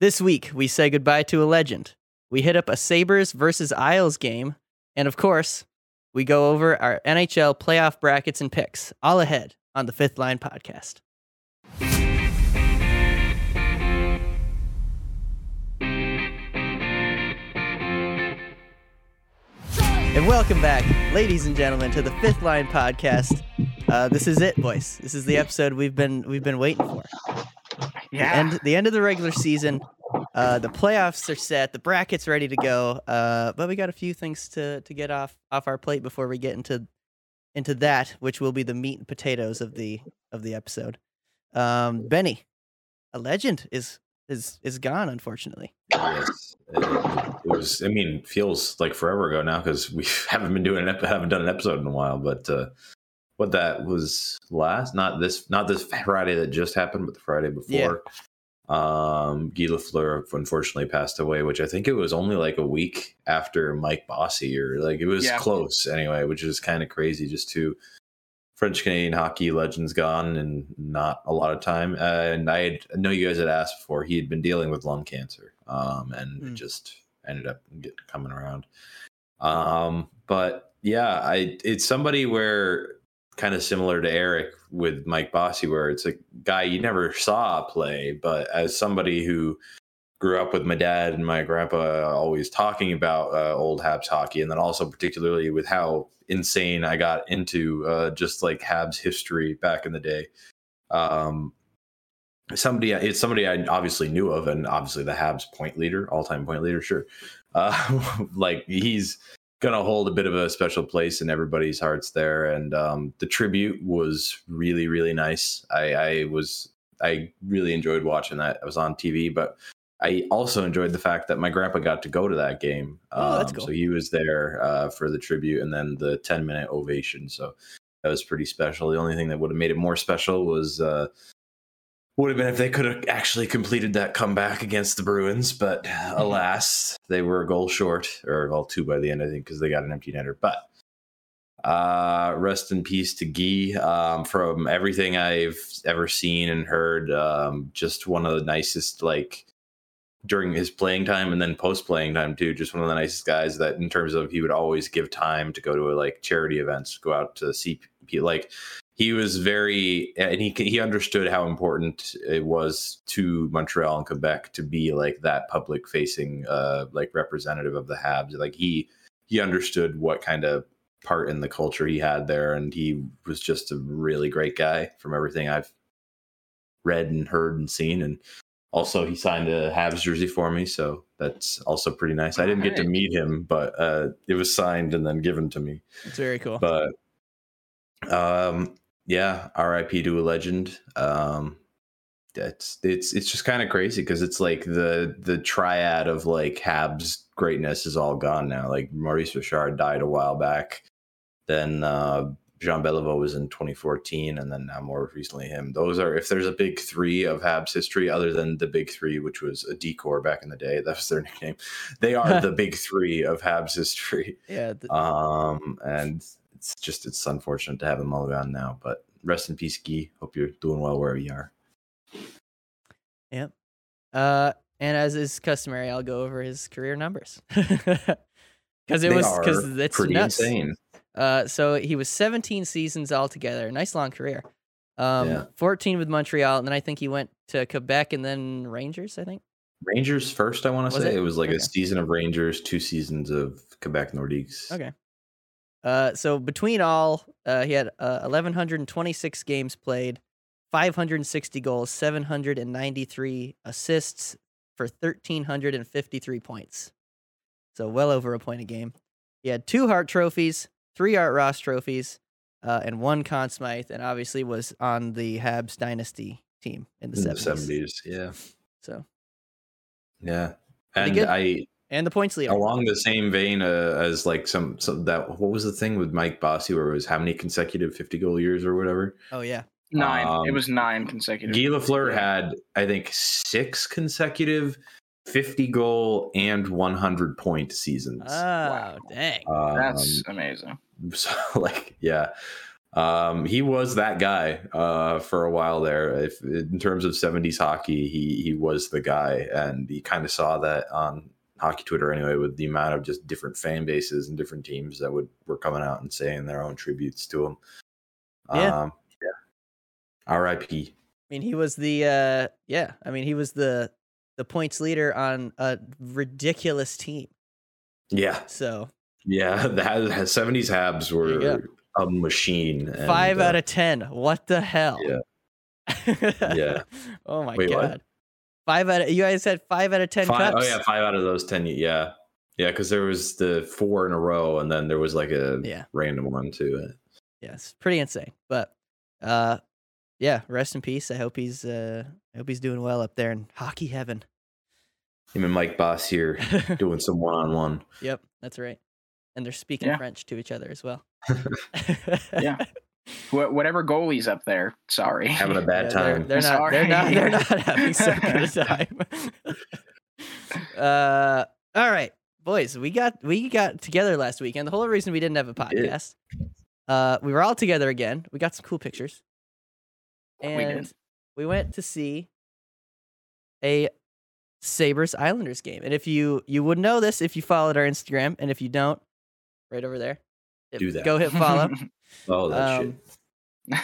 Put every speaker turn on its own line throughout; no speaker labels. This week, we say goodbye to a legend. We hit up a Sabres versus Isles game. And of course, we go over our NHL playoff brackets and picks, all ahead on the Fifth Line Podcast. And welcome back, ladies and gentlemen, to the Fifth Line Podcast. Uh, this is it, boys. This is the episode we've been we've been waiting for.
Yeah.
And the end of the regular season, uh, the playoffs are set, the brackets ready to go. Uh, but we got a few things to to get off off our plate before we get into into that, which will be the meat and potatoes of the of the episode. Um, Benny, a legend is is is gone, unfortunately.
Yes. It, it was. I mean, feels like forever ago now because we haven't been doing an ep- haven't done an episode in a while. But uh, what that was last, not this, not this Friday that just happened, but the Friday before. Um, Guy Lafleur unfortunately passed away, which I think it was only like a week after Mike Bossy, or like it was
Yeah.
close anyway, which is kind of crazy. Just two French Canadian hockey legends gone, and not a lot of time. Uh, and I, had, I know you guys had asked before. He had been dealing with lung cancer, um, and it
Hmm.
just ended up get, coming around. Um, but yeah, I it's somebody where kind of similar to Eric with Mike Bossy, where it's a guy you never saw play, but as somebody who grew up with my dad and my grandpa always talking about uh, old Habs hockey, and then also particularly with how insane I got into uh, just like Habs history back in the day. Um, somebody it's somebody I obviously knew of, and obviously the Habs point leader, all time point leader, sure. Uh, like he's gonna hold a bit of a special place in everybody's hearts there, and um, the tribute was really really nice. I, I was I really enjoyed watching that. I was on TV, but I also enjoyed the fact that my grandpa got to go to that game. Um,
Oh, that's cool.
So he was there uh, for the tribute and then the 10 minute ovation. So that was pretty special. The only thing that would have made it more special was uh, would have been if they could have actually completed that comeback against the Bruins, but alas, they were a goal short, or well, two by the end, I think, because they got an empty netter. But uh, rest in peace to Guy. Um, from everything I've ever seen and heard, um, just one of the nicest, like during his playing time and then post playing time too. Just one of the nicest guys that, in terms of, he would always give time to go to like charity events, go out to see pe- like he was very and he he understood how important it was to Montreal and Quebec to be like that public facing uh like representative of the Habs like he he understood what kind of part in the culture he had there and he was just a really great guy from everything I've read and heard and seen and also he signed a Habs jersey for me so that's also pretty nice. I didn't get to
Alright.
meet him but uh it was signed and then given to me
It's very cool.
but um yeah rip to a legend um that's it's it's just kind of crazy because it's like the the triad of like habs greatness is all gone now like maurice richard died a while back then uh jean beliveau was in 2014 and then now more recently him those are if there's a big three of habs history other than the big three which was a decor back in the day that was their nickname they are the big three of habs history
yeah, th-
um, and it's just it's unfortunate to have him all gone now. But rest in peace, Guy. Hope you're doing well wherever you are.
Uh, and as is customary, I'll go over his career numbers because it was because it's
pretty
nuts.
insane.
Uh, so he was 17 seasons altogether. Nice long career. Um,
Yeah.
14 with Montreal, and then I think he went to Quebec and then Rangers. I think.
Rangers first, I want to
Was
say
it?
it? was like
Okay.
a season of Rangers, two seasons of Quebec Nordiques.
Okay. Uh, so between all, uh, he had uh, 1126 games played, 560 goals, 793 assists for 1353 points. So well over a point a game. He had two Hart trophies, three Art Ross trophies, uh, and one Conn Smythe, and obviously was on the Habs dynasty team in the
in the
70s.
seventies. Yeah,
So
yeah.
Pretty
And
good.
I
and the points leader.
along the same vein uh, as like some, some that what was the thing with Mike Bossy where it was how many consecutive fifty goal years or whatever.
Oh yeah,
Nine. it
Um,
was nine consecutive.
Guy Lafleur
Yeah.
had, I think, six consecutive 50 goal and 100 point seasons.
oh dang,
Um,
That's amazing.
so, like, yeah. Um, he was that guy uh, for a while there. If in terms of '70s hockey, he he was the guy, and he kind of saw that on hockey Twitter anyway, with the amount of just different fan bases and different teams that would were coming out and saying their own tributes to him.
Yeah.
Um, yeah. R.I.P.
I mean, he was the uh, yeah. I mean, he was the the points leader on a ridiculous team.
Yeah,
So
yeah. The '70s Habs
There you go.
were a machine. and,
five
uh,
out of ten. What the hell?
Yeah.
oh my
Wait, what?
god. Five out. Of, you guys had five out of ten
five,
cups.
Oh yeah, five out of those ten. Yeah, yeah, because there was the four in a row, and then there was like a
Yeah.
random one too.
yeah, it's pretty insane. But uh, yeah. Rest in peace. I hope he's uh, I hope he's doing well up there in hockey heaven.
Him and Mike Boss here doing some one on one.
yep, that's right. And they're speaking
Yeah.
French to each other as well.
Yeah. Wh- whatever goalie's up there. Sorry.
Having a
Yeah, they're-
bad time.
They're, not. They're not.
Sorry.
They're not having so good a time. uh, all right, boys. We got we got together last weekend. The whole reason we didn't have a
did.
podcast, uh, we were all together again. We got some cool pictures,
We
and
did.
we went to see a Sabres Islanders game. And if you you would know this if you followed our Instagram, and if you don't, right over there, hit-
Do that.
Go hit follow.
oh, that
um,
shit.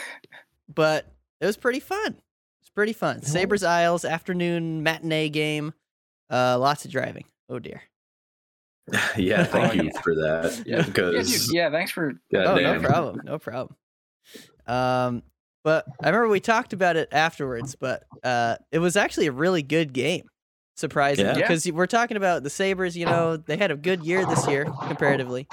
but it was pretty fun. It's pretty fun.
was.
Sabres Isles afternoon matinee game. Uh, lots of driving. Oh dear.
yeah, thank
Oh,
you
yeah.
for that.
Yeah,
Yeah,
Yeah,
because
dude, yeah, thanks for.
oh
goddamn.
no problem. No problem. Um, but I remember we talked about it afterwards. But uh, it was actually a really good game. Surprising
Yeah.
Yeah.
because we're talking about the Sabres. You know they had a good year this year comparatively,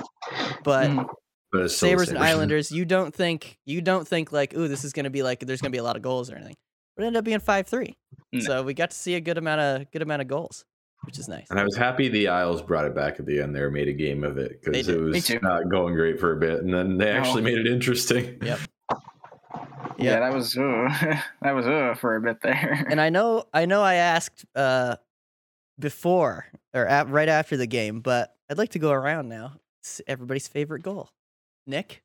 but
Mm,
But it's still the
Sabres and Islanders, you don't think you don't think like, ooh, this is gonna be like there's gonna be a lot of goals or anything. But it ended up being five three.
No.
So we got to see a good amount of good amount of goals, which is nice.
And I was happy the Isles brought it back at the end there, made a game of it
They
because
did.
it
Me
was
too.
not going great for a bit. And then they
No.
actually made it interesting.
Yep.
yeah. that was uh, that was uh, for a bit there.
And I know I know I asked uh before or at, right after the game, but I'd like to go around now. It's everybody's favorite goal. Nick?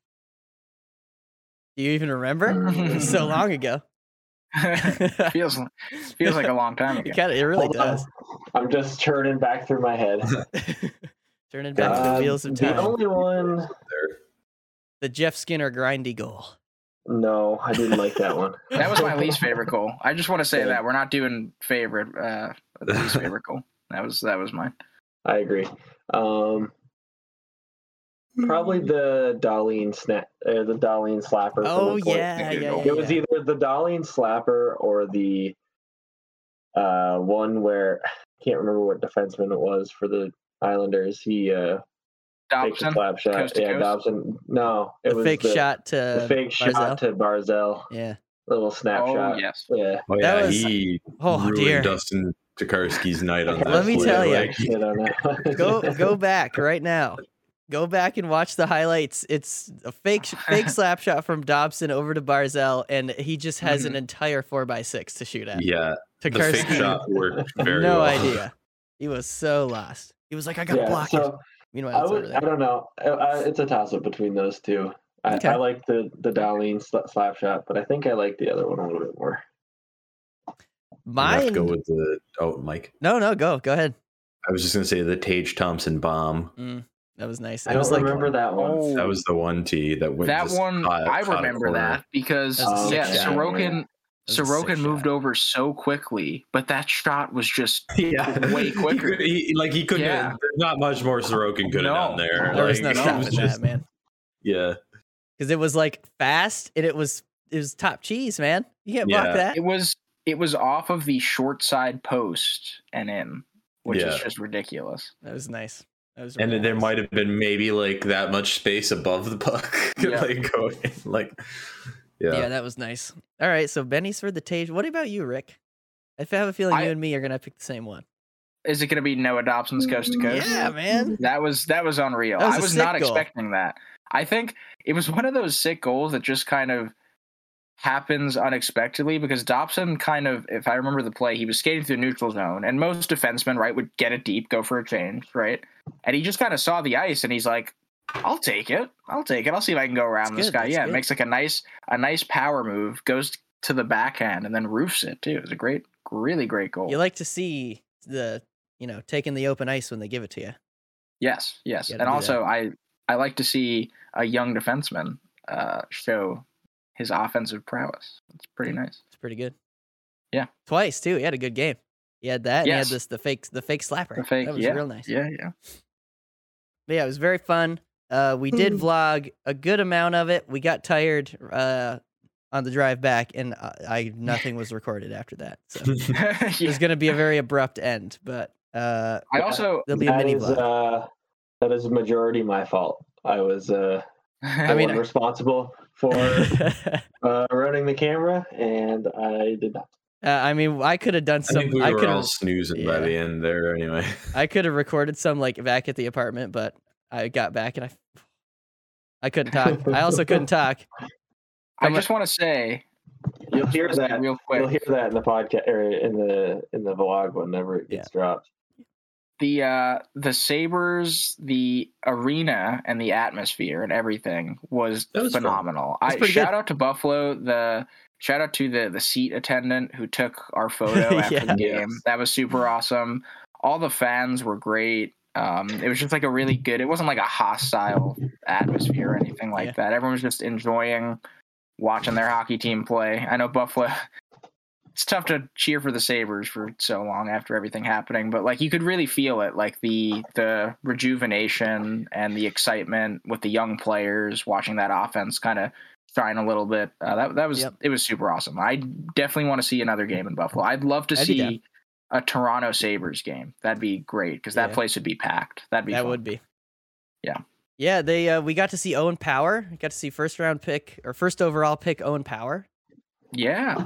Do you even remember? It was so long ago.
feels feels like a long time
it
ago.
kinda it really
Hold on.
does.
I'm just turning back through my head.
Turning back to the
Um,
wheels of
The
time.
only one.
The Jeff Skinner grindy goal.
No, I didn't like that one.
That was my least favorite goal. I just want to say
Yeah.
that we're not doing favorite uh the least favorite goal. That was that was mine.
I agree. Um, probably the Darlene snap or uh, the Darlene slapper. from
Oh
the point.
yeah,
It
yeah, yeah.
It was
yeah.
either the Darlene slapper or the uh, one where I can't remember what defenseman it was for the Islanders. He uh, takes a
Dobson.
slap shot.
Coast to
yeah,
coast?
Dobson. No, it
the
was
fake
the,
shot to
The fake
Barzal.
shot to Barzell.
Yeah.
Little snap
Oh
shot.
yes.
Yeah.
Oh,
That
yeah.
was-
he
Oh,
ruined
dear.
Dustin Tokarski's night on
Let
that.
me
play.
tell ya.
Like,
I don't know.
Go go back right now. Go back and watch the highlights. It's a fake fake slap shot from Dobson over to Barzell, and he just has an entire four x six to shoot at.
Mm. yeah, the fake
Tokarski,
shot worked
no
very well.
idea. He was so lost. He was like, "I got to
Yeah,
block it."
so
Meanwhile,
I,
it's over
would, I
there.
don't know. I, I, it's a toss up between those two. I,
Okay.
I like the the Darlene sla- slap shot, but I think I like the other one a little bit more.
We'll have to
Mine.
go with the oh, Mike.
no, no, go, go ahead.
I was just gonna say the Tage Thompson bomb.
Mm, that was nice.
I
It
don't
was like
remember that one.
Oh,
That was the one T that went.
that
just
one
caught-
I
caught a
remember
corner.
that because
That was a
yeah,
sick shot.
Sorokin
was a sick
Sorokin moved
shot.
over so quickly, but that shot was just
Yeah,
Way
He
quicker.
could- He, like he couldn't.
Yeah.
Have, there's not much more Sorokin could have
No.
done there.
there was no
Like, it
stopping
was
that, man.
Yeah,
because it was like fast and it was it was top cheese, man. You can't block
Yeah.
that.
it was it was off of the short side post and in, which is
Yeah.
just ridiculous.
That was nice. That was
and
really
then there
nice.
might have been maybe like that much space above the puck,
Yeah.
like going like.
yeah.
Yeah,
that was nice. All right, so Benny's for the Tage. What about you, Rick? If I have a feeling
I-
you and me are gonna pick the same one.
Is it going to be Noah Dobson's coast to coast?
Mm, Yeah, man.
That was that was unreal.
That was
I
a
was
sick
not
goal.
expecting that. I think it was one of those sick goals that just kind of happens unexpectedly because Dobson kind of, if I remember the play, he was skating through the neutral zone, and most defensemen right would get it deep, go for a change, right? And he just kind of saw the ice, and he's like, I'll take it. I'll take it. I'll see if I can go around
That's
this
good,
guy.
that's
Yeah,
good.
it makes like a nice a nice power move, goes to the backhand and then roofs it too. It's a great, really great goal.
You like to see the you know taking the open ice when they give it to you.
yes, yes.
You
And
gotta do
also I I like to see a young defenseman uh show his offensive prowess. It's pretty nice.
It's pretty good.
Yeah.
twice too. He had a good game. He had that. And He had
Yes.
this the fake the fake slapper.
The fake-
that was
yeah,
real nice.
Yeah, yeah.
But yeah, it was very fun. Uh, we did
Mm.
vlog a good amount of it. We got tired uh, on the drive back, and I, I nothing was recorded after that. So
Yeah.
there's going to be a very abrupt end, but uh,
I also
there'll be a
That
mini
is
vlog.
uh, that is majority my fault. I was uh,
I
I
mean,
mean, responsible for
uh,
uh, running the camera, and I did not.
Uh, I mean, I could have done
I think
some.
we
I,
were
could
all
have.
snoozing by
yeah.
the end there anyway.
I could have recorded some like back at the apartment, but I got back and I, I couldn't talk. I also couldn't talk.
I
I'm a-
just want to say
You'll hear
just
that.
real
You'll
quick.
hear that in the podcast or in the in the vlog whenever it gets dropped.
The uh the Sabres, the arena and the atmosphere and everything was,
That was fun.
phenomenal.
That's
I
pretty
shout
good.
out to Buffalo, the shout out to the the seat attendant who took our photo after
Yeah.
the game.
Yes.
That was super awesome. All the fans were great. Um, it was just like a really good. It wasn't like a hostile atmosphere or anything like
Yeah.
that. Everyone was just enjoying watching their hockey team play. I know Buffalo. It's tough to cheer for the Sabers for so long after everything happening, but like you could really feel it, like the the rejuvenation and the excitement with the young players watching that offense kind of shine a little bit. Uh, that that was
Yep.
it was super awesome. I definitely want to see another game in Buffalo. I'd love to
I'd be down.
see a Toronto Sabers game. That'd be great because that
Yeah.
place would be packed. That'd be
that
fun.
would be.
Yeah.
Yeah, they uh, we got to see Owen Power. We got to see first round pick or first overall pick Owen Power.
yeah.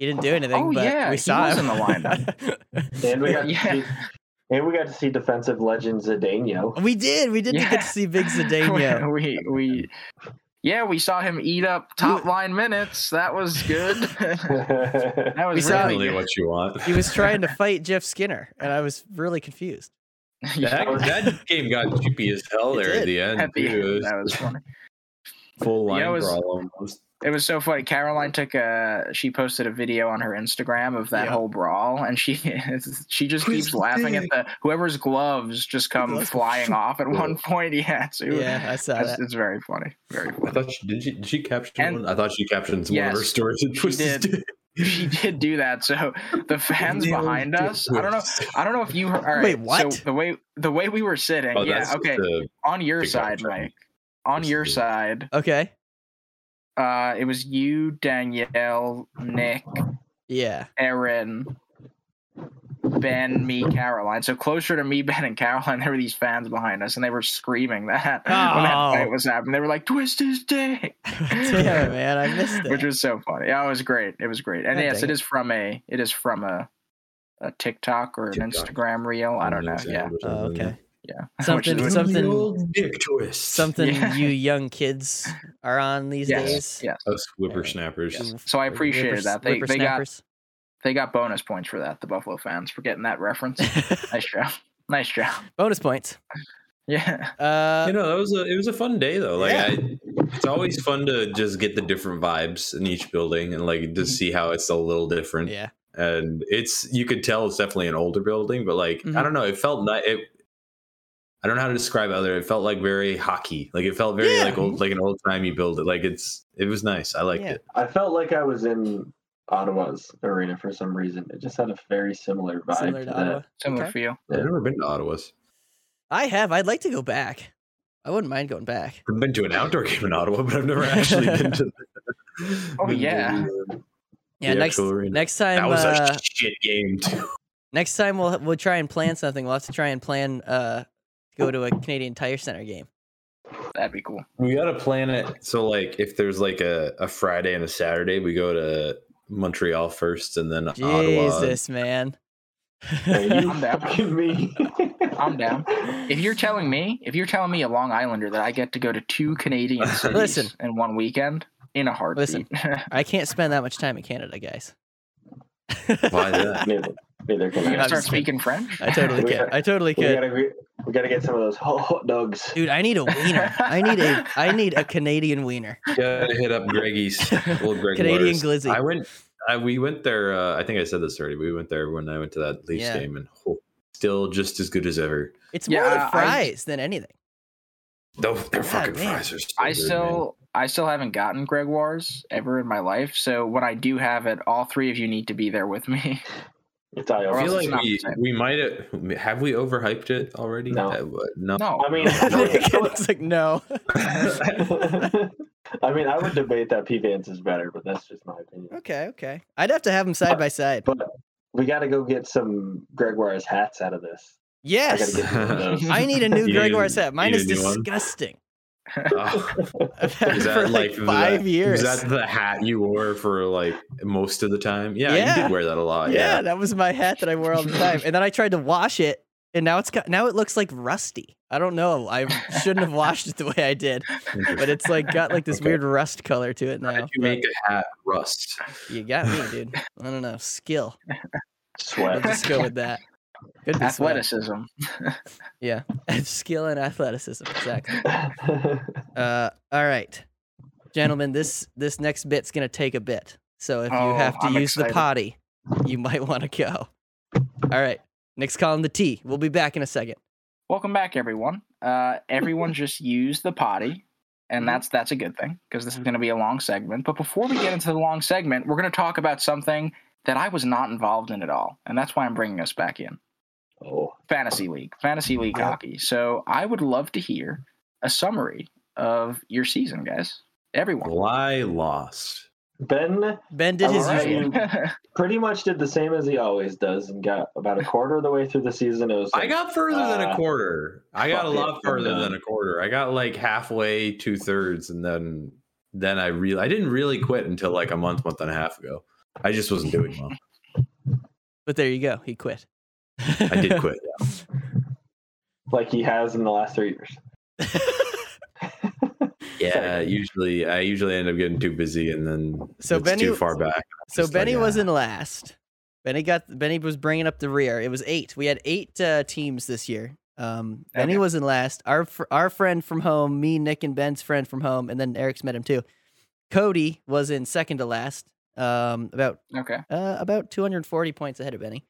He didn't do anything,
Oh,
but
yeah,
we
he
saw
was
him
in the
And we got to
Yeah.
see, and we got to see defensive legend Zdeno.
we did. We did get
Yeah.
to see Big Zdeno.
we we yeah we saw him eat up top line minutes. That was good. that was
We saw-
really
Really
good.
what you want.
he was trying to fight Jeff Skinner, and I was really confused.
Yeah,
That, that game got chippy as hell
It
there at
did.
the end.
at the
too. It
end.
was
That was funny.
full
Yeah,
line
it was-
brawl almost.
It was so funny. Caroline took a she posted a video on her Instagram of that
Yeah.
whole brawl, and she she just
Who's
keeps laughing at the whoever's gloves just come
Gloves.
flying off at one point. Yeah, it's, it was-
Yeah, I saw
it's,
that.
it's very funny. Very
I
funny.
thought she did. She, did she caption
And-
one. I thought she captioned one
Yes,
of her stories. And
she
twisted
did.
it.
she did do that. So the fans
Nailed
behind
it.
us, I don't know. I don't know if you heard. All right,
Wait,
So
what?
the way the way we were sitting,
Oh,
yeah,
that's
okay.
the-
on your
big
side,
time.
Mike. On
This
your
is-
side,
Okay.
uh, it was you, Danielle, Nick,
Yeah.
Aaron, Ben, me, Caroline. So closer to me, Ben, and Caroline, there were these fans behind us, and they were screaming that when
Oh.
that fight was happening. They were like, "Twist his dick."
Damn, man, I missed
Which
that.
was so funny. Oh, it was great. It was great. And
God
yes,
dang
it
it.
is from a it is from a a TikTok or an
TikTok.
Instagram reel. I don't know. Yeah.
Which is
Oh, okay.
Yeah.
Something-
Which is-
some- Something-
The old dick twist.
Something
Yeah.
you young kids are on these
yes.
days.
Yes.
Us whippersnappers.
You f-
So I appreciated
whippers-
that. They they got
whippersnappers.
they got bonus points for that, the Buffalo fans, for getting that reference. nice job. Nice job.
bonus points.
Yeah.
Uh,
you know, that was a it was a fun day though. Like
Yeah.
I, it's always fun to just get the different vibes in each building and like
Mm.
to see how it's a little different.
yeah.
And it's you could tell it's definitely an older building, but like I
Mhm.
don't know, it felt not it. I don't know how to describe it other. It felt like very hockey. Like it felt very
Yeah.
like old, like an old timey build. It like it's it was nice. I liked
Yeah.
it.
I felt like I was in Ottawa's arena for some reason. It just had a very similar vibe
Similar
to
to
that.
Ottawa.
Similar
Okay.
feel.
I've never been to Ottawa's.
I have. I'd like to go back. I wouldn't mind going back.
I've been to an outdoor game in Ottawa, but I've never actually been to.
Oh,
been to
yeah.
the-
Yeah,
the
next
actual arena.
next time
that was
uh,
a shit game too.
next time we'll we'll try and plan something. We'll have to try and plan uh go to a Canadian Tire Center game.
That'd be cool.
We gotta plan it so like if there's like a, a Friday and a Saturday, we go to Montreal first and then Ottawa.
Jesus, man.
Are you
I'm down.
fucking me?
I'm down. If you're telling me, if you're telling me a Long Islander that I get to go to two Canadian cities
Listen.
in one weekend in a heartbeat.
I can't spend that much time in Canada, guys.
Why that?
Neither, neither can
you
I.
gonna
I'm
start
just kidding.
speaking French?
I totally
We
could.
gotta-
I totally
We
could.
gotta, agree, We got to get some of those hot hot dogs.
Dude, I need a wiener. I need a I need a Canadian wiener.
Gotta hit up Greggy's old Greg
Canadian
Lars.
glizzy.
I went. I, we went there. Uh, I think I said this already. We went there when I went to that Leafs
Yeah.
game, and oh, still just as good as ever.
It's more
Yeah,
the
I-
fries than anything.
Though their
God,
fucking
man.
fries are. So
I
good, man.
still I still haven't gotten Greg Wars ever in my life. So when I do have it, all three of you need to be there with me.
It's IO.
I feel
Well, it's
like
not
we,
the same.
we might have have we overhyped it already.
No.
Uh, what- no.
No.
I mean,
it's like no.
I mean, I would debate that P Vance is better, but that's just my opinion.
Okay, okay. I'd have to have them side by side.
But we got to go get some Gregoire's hats out of this. I got to
Yes.
get some of those.
I need a new
You
Gregoire
need-
set. Mine
you
is
need a new one?
disgusting.
Oh,
I've had it
is that
for
like,
like, five
the,
years.
Is that the hat you wore for like most of the time? Yeah, you
Yeah.
did wear that a lot.
yeah,
Yeah.
that was my hat that I wore all the time. And then I tried to wash it, and now it's got now it looks like rusty. I don't know. I shouldn't have washed it the way I did, but it's like got like this
Okay.
weird rust color to it
How did
now.
you
but
make a hat rust?
you got me, dude. I don't know. Skill. I'll
Sweat.
just go with that. Good
Athleticism.
Yeah. Skill and athleticism. Exactly. Uh, all right, gentlemen. This this next bit's gonna take a bit. So if you
Oh,
have to
I'm
use the
excited.
potty, you might want to go. All right. Next column, the T. We'll be back in a second.
Welcome back, everyone. Uh, everyone just used the potty, and
Mm-hmm.
that's that's a good thing because this is going to be a long segment. But before we get into the long segment, we're going to talk about something that I was not involved in at all, and that's why I'm bringing us back in.
oh,
fantasy league, fantasy league
Yeah.
hockey. So I would love to hear a summary of your season, guys. Everyone.
Why lost?
Ben
Ben did his
All right.
usual.
usual. pretty much did the same as he always does, and got about a quarter of the way through the season. It was
I
like,
got further than a
Uh,
quarter. I got a
fuck it,
lot
I'm
further
done.
than a quarter. I got like halfway, two thirds, and then then I really I didn't really quit until like a month, month and a half ago. I just wasn't doing well.
But there you go. He quit.
I did quit.
like he has in the last three years.
Yeah, usually I usually end up getting too busy and then
So
it's
Benny-
too far back.
so
Just like,
Benny
ah.
was in last. Benny got Benny was bringing up the rear. It was eight. We had eight uh, teams this year. Um, Benny
Okay.
was in last. Our fr- our friend from home, me, Nick, and Ben's friend from home, and then Eric's met him too. Cody was in second to last. Um, about
okay.
uh, about 240 points ahead of Benny.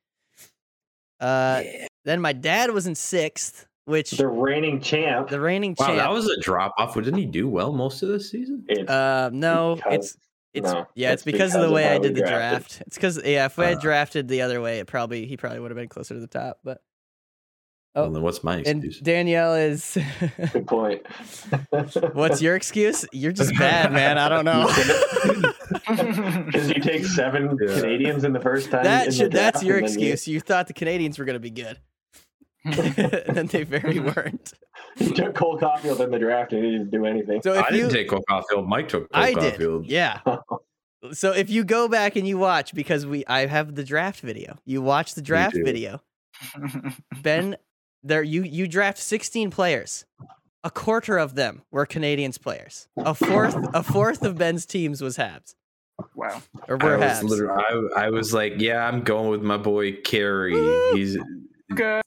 Uh, Then my dad was in sixth, which
The reigning champ.
the reigning
Wow,
champ.
that was a drop off. Didn't he do well most of this season?
It's
uh, no,
because-
it's it's
no,
yeah, it's
it's
because of the
because of
way
how
I
we
did the
drafted. Uh-huh.
draft. It's because yeah, if I had
Uh.
drafted the other way, it probably he probably would have been closer to the top. But Oh,
Well, then what's my
and
excuse?
Danielle is,
good point.
what's your excuse? You're just bad, man. I don't know.
Because you take seven
Yeah.
Canadians in the first time. in
that
the
should that's
draft,
your
and then you-
excuse. You thought the Canadians were gonna be good, and then they very weren't.
You took Cole Caulfield in the draft and he didn't do anything.
So if
I
you
didn't take Cole Caulfield. Mike took Cole
I
Caulfield.
did. Yeah.
Oh.
so if you go back and you watch because we I have the draft video. You watch the draft
do.
video. Ben there you you draft 16 players. A quarter of them were Canadians players. A fourth a fourth of Ben's teams was Habs
wow.
or
I
were
was,
Habs.
literally, I, I was like, yeah, I'm going with my boy Carey.
Woo!
He's
Good.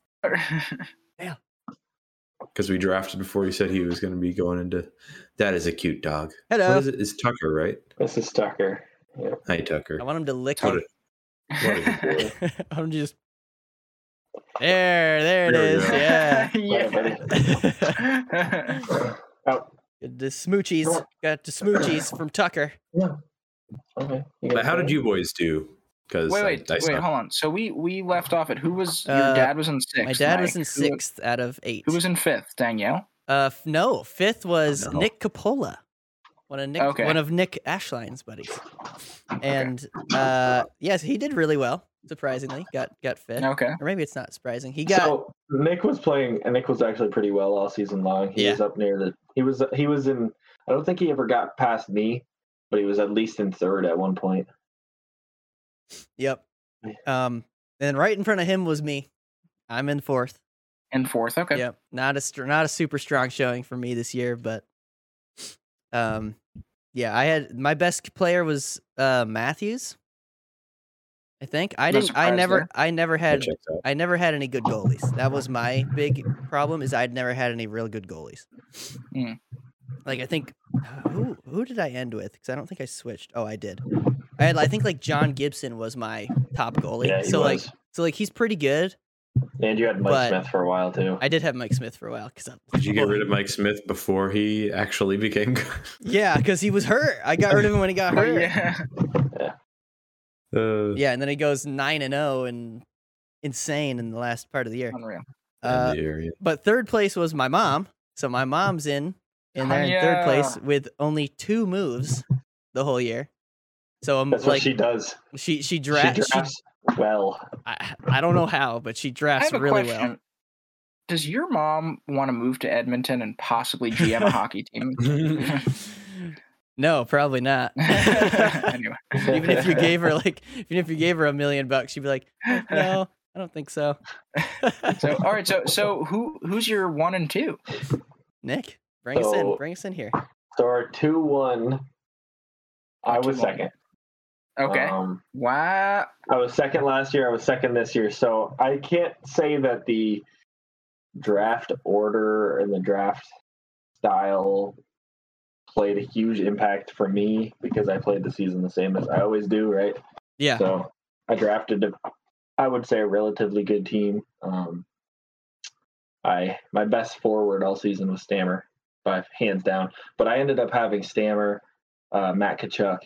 because we drafted before he said he was going to be going into. That is a cute dog. What
Hello.
is it? It's Tucker, right?
This is Tucker. Yeah.
Hi, Tucker.
I want him to lick
What
him.
a- what a good boy.
I want him to just There, there it
There we
is.
go.
Yeah. the
yeah.
Oh,
smoochies. Got the smoochies from Tucker.
okay. You
But
guys
how did
ready?
you boys do? Because
wait, wait,
I, I
wait,
suck.
hold on. So we we left off at who was your
Uh,
dad was in sixth.
My dad was
Mike.
in
Who-
6th out of 8.
Who, was in fifth? Danielle.
Uh, f- no, fifth was
No.
Nick Capola, one of Nick,
Okay.
one of Nick Ashline's buddies, and uh, yes, he did really well. Surprisingly, got got fifth,
Okay.
or maybe it's not surprising. He got
So Nick was playing, and Nick was actually pretty well all season long. He
Yeah.
was up near the. He was he was in. I don't think he ever got past me, but he was at least in third at one point.
yep. Um, and right in front of him was me. I'm in fourth.
In fourth. Okay.
Yep, not a str- not a super strong showing for me this year, but um, yeah, I had my best player was uh Matthews, I think I
No
didn't. I
surprise
never.
there.
I never
That
had.
checks out.
I never had any good goalies. That was my big problem. Is I'd never had any real good goalies.
Mm.
Like I think who who did I end with? Because I don't think I switched. Oh, I did. I had. I think like John Gibson was my top goalie.
Yeah, he
so like
was.
so like he's pretty good.
and you had Mike
but-
Smith for a while too.
I did have Mike Smith for a while because
Did you get rid of Mike Smith before he actually became? good?
Yeah, because he was hurt. I got rid of him when he
Oh,
got hurt. yeah.
yeah.
Uh,
and then he goes nine and zero and insane in the last part of the year.
Unreal.
Uh,
in the area.
but third place was my mom. So my mom's in in there in third place
Yeah.
with only two moves the whole year. So I'm
That's
like
what she does.
she she
She
drafts. She
drafts well.
I, I don't know how, but she
I
drafts
have a
really
question.
well.
Does your mom want to move to Edmonton and possibly GM a hockey team?
no, probably not.
anyway,
even if you gave her like even if you gave her a million bucks, she'd be like, "Eh, no, I don't think so.
so all right, so so who who's your one and two?
Nick, bring us in.
So-
Bring us in here.
So our two one. I
Our
was
2-1.
second.
Okay,
Um,
wow,
I was second last year. I was second this year. So I can't say that the draft order and the draft style played a huge impact for me because I played the season the same as I always do, right?
Yeah.
So I drafted, a, I would say, a relatively good team. Um, I my best forward all season was Stammer, by hands down. But I ended up having Stammer, uh, Matt Kachuk,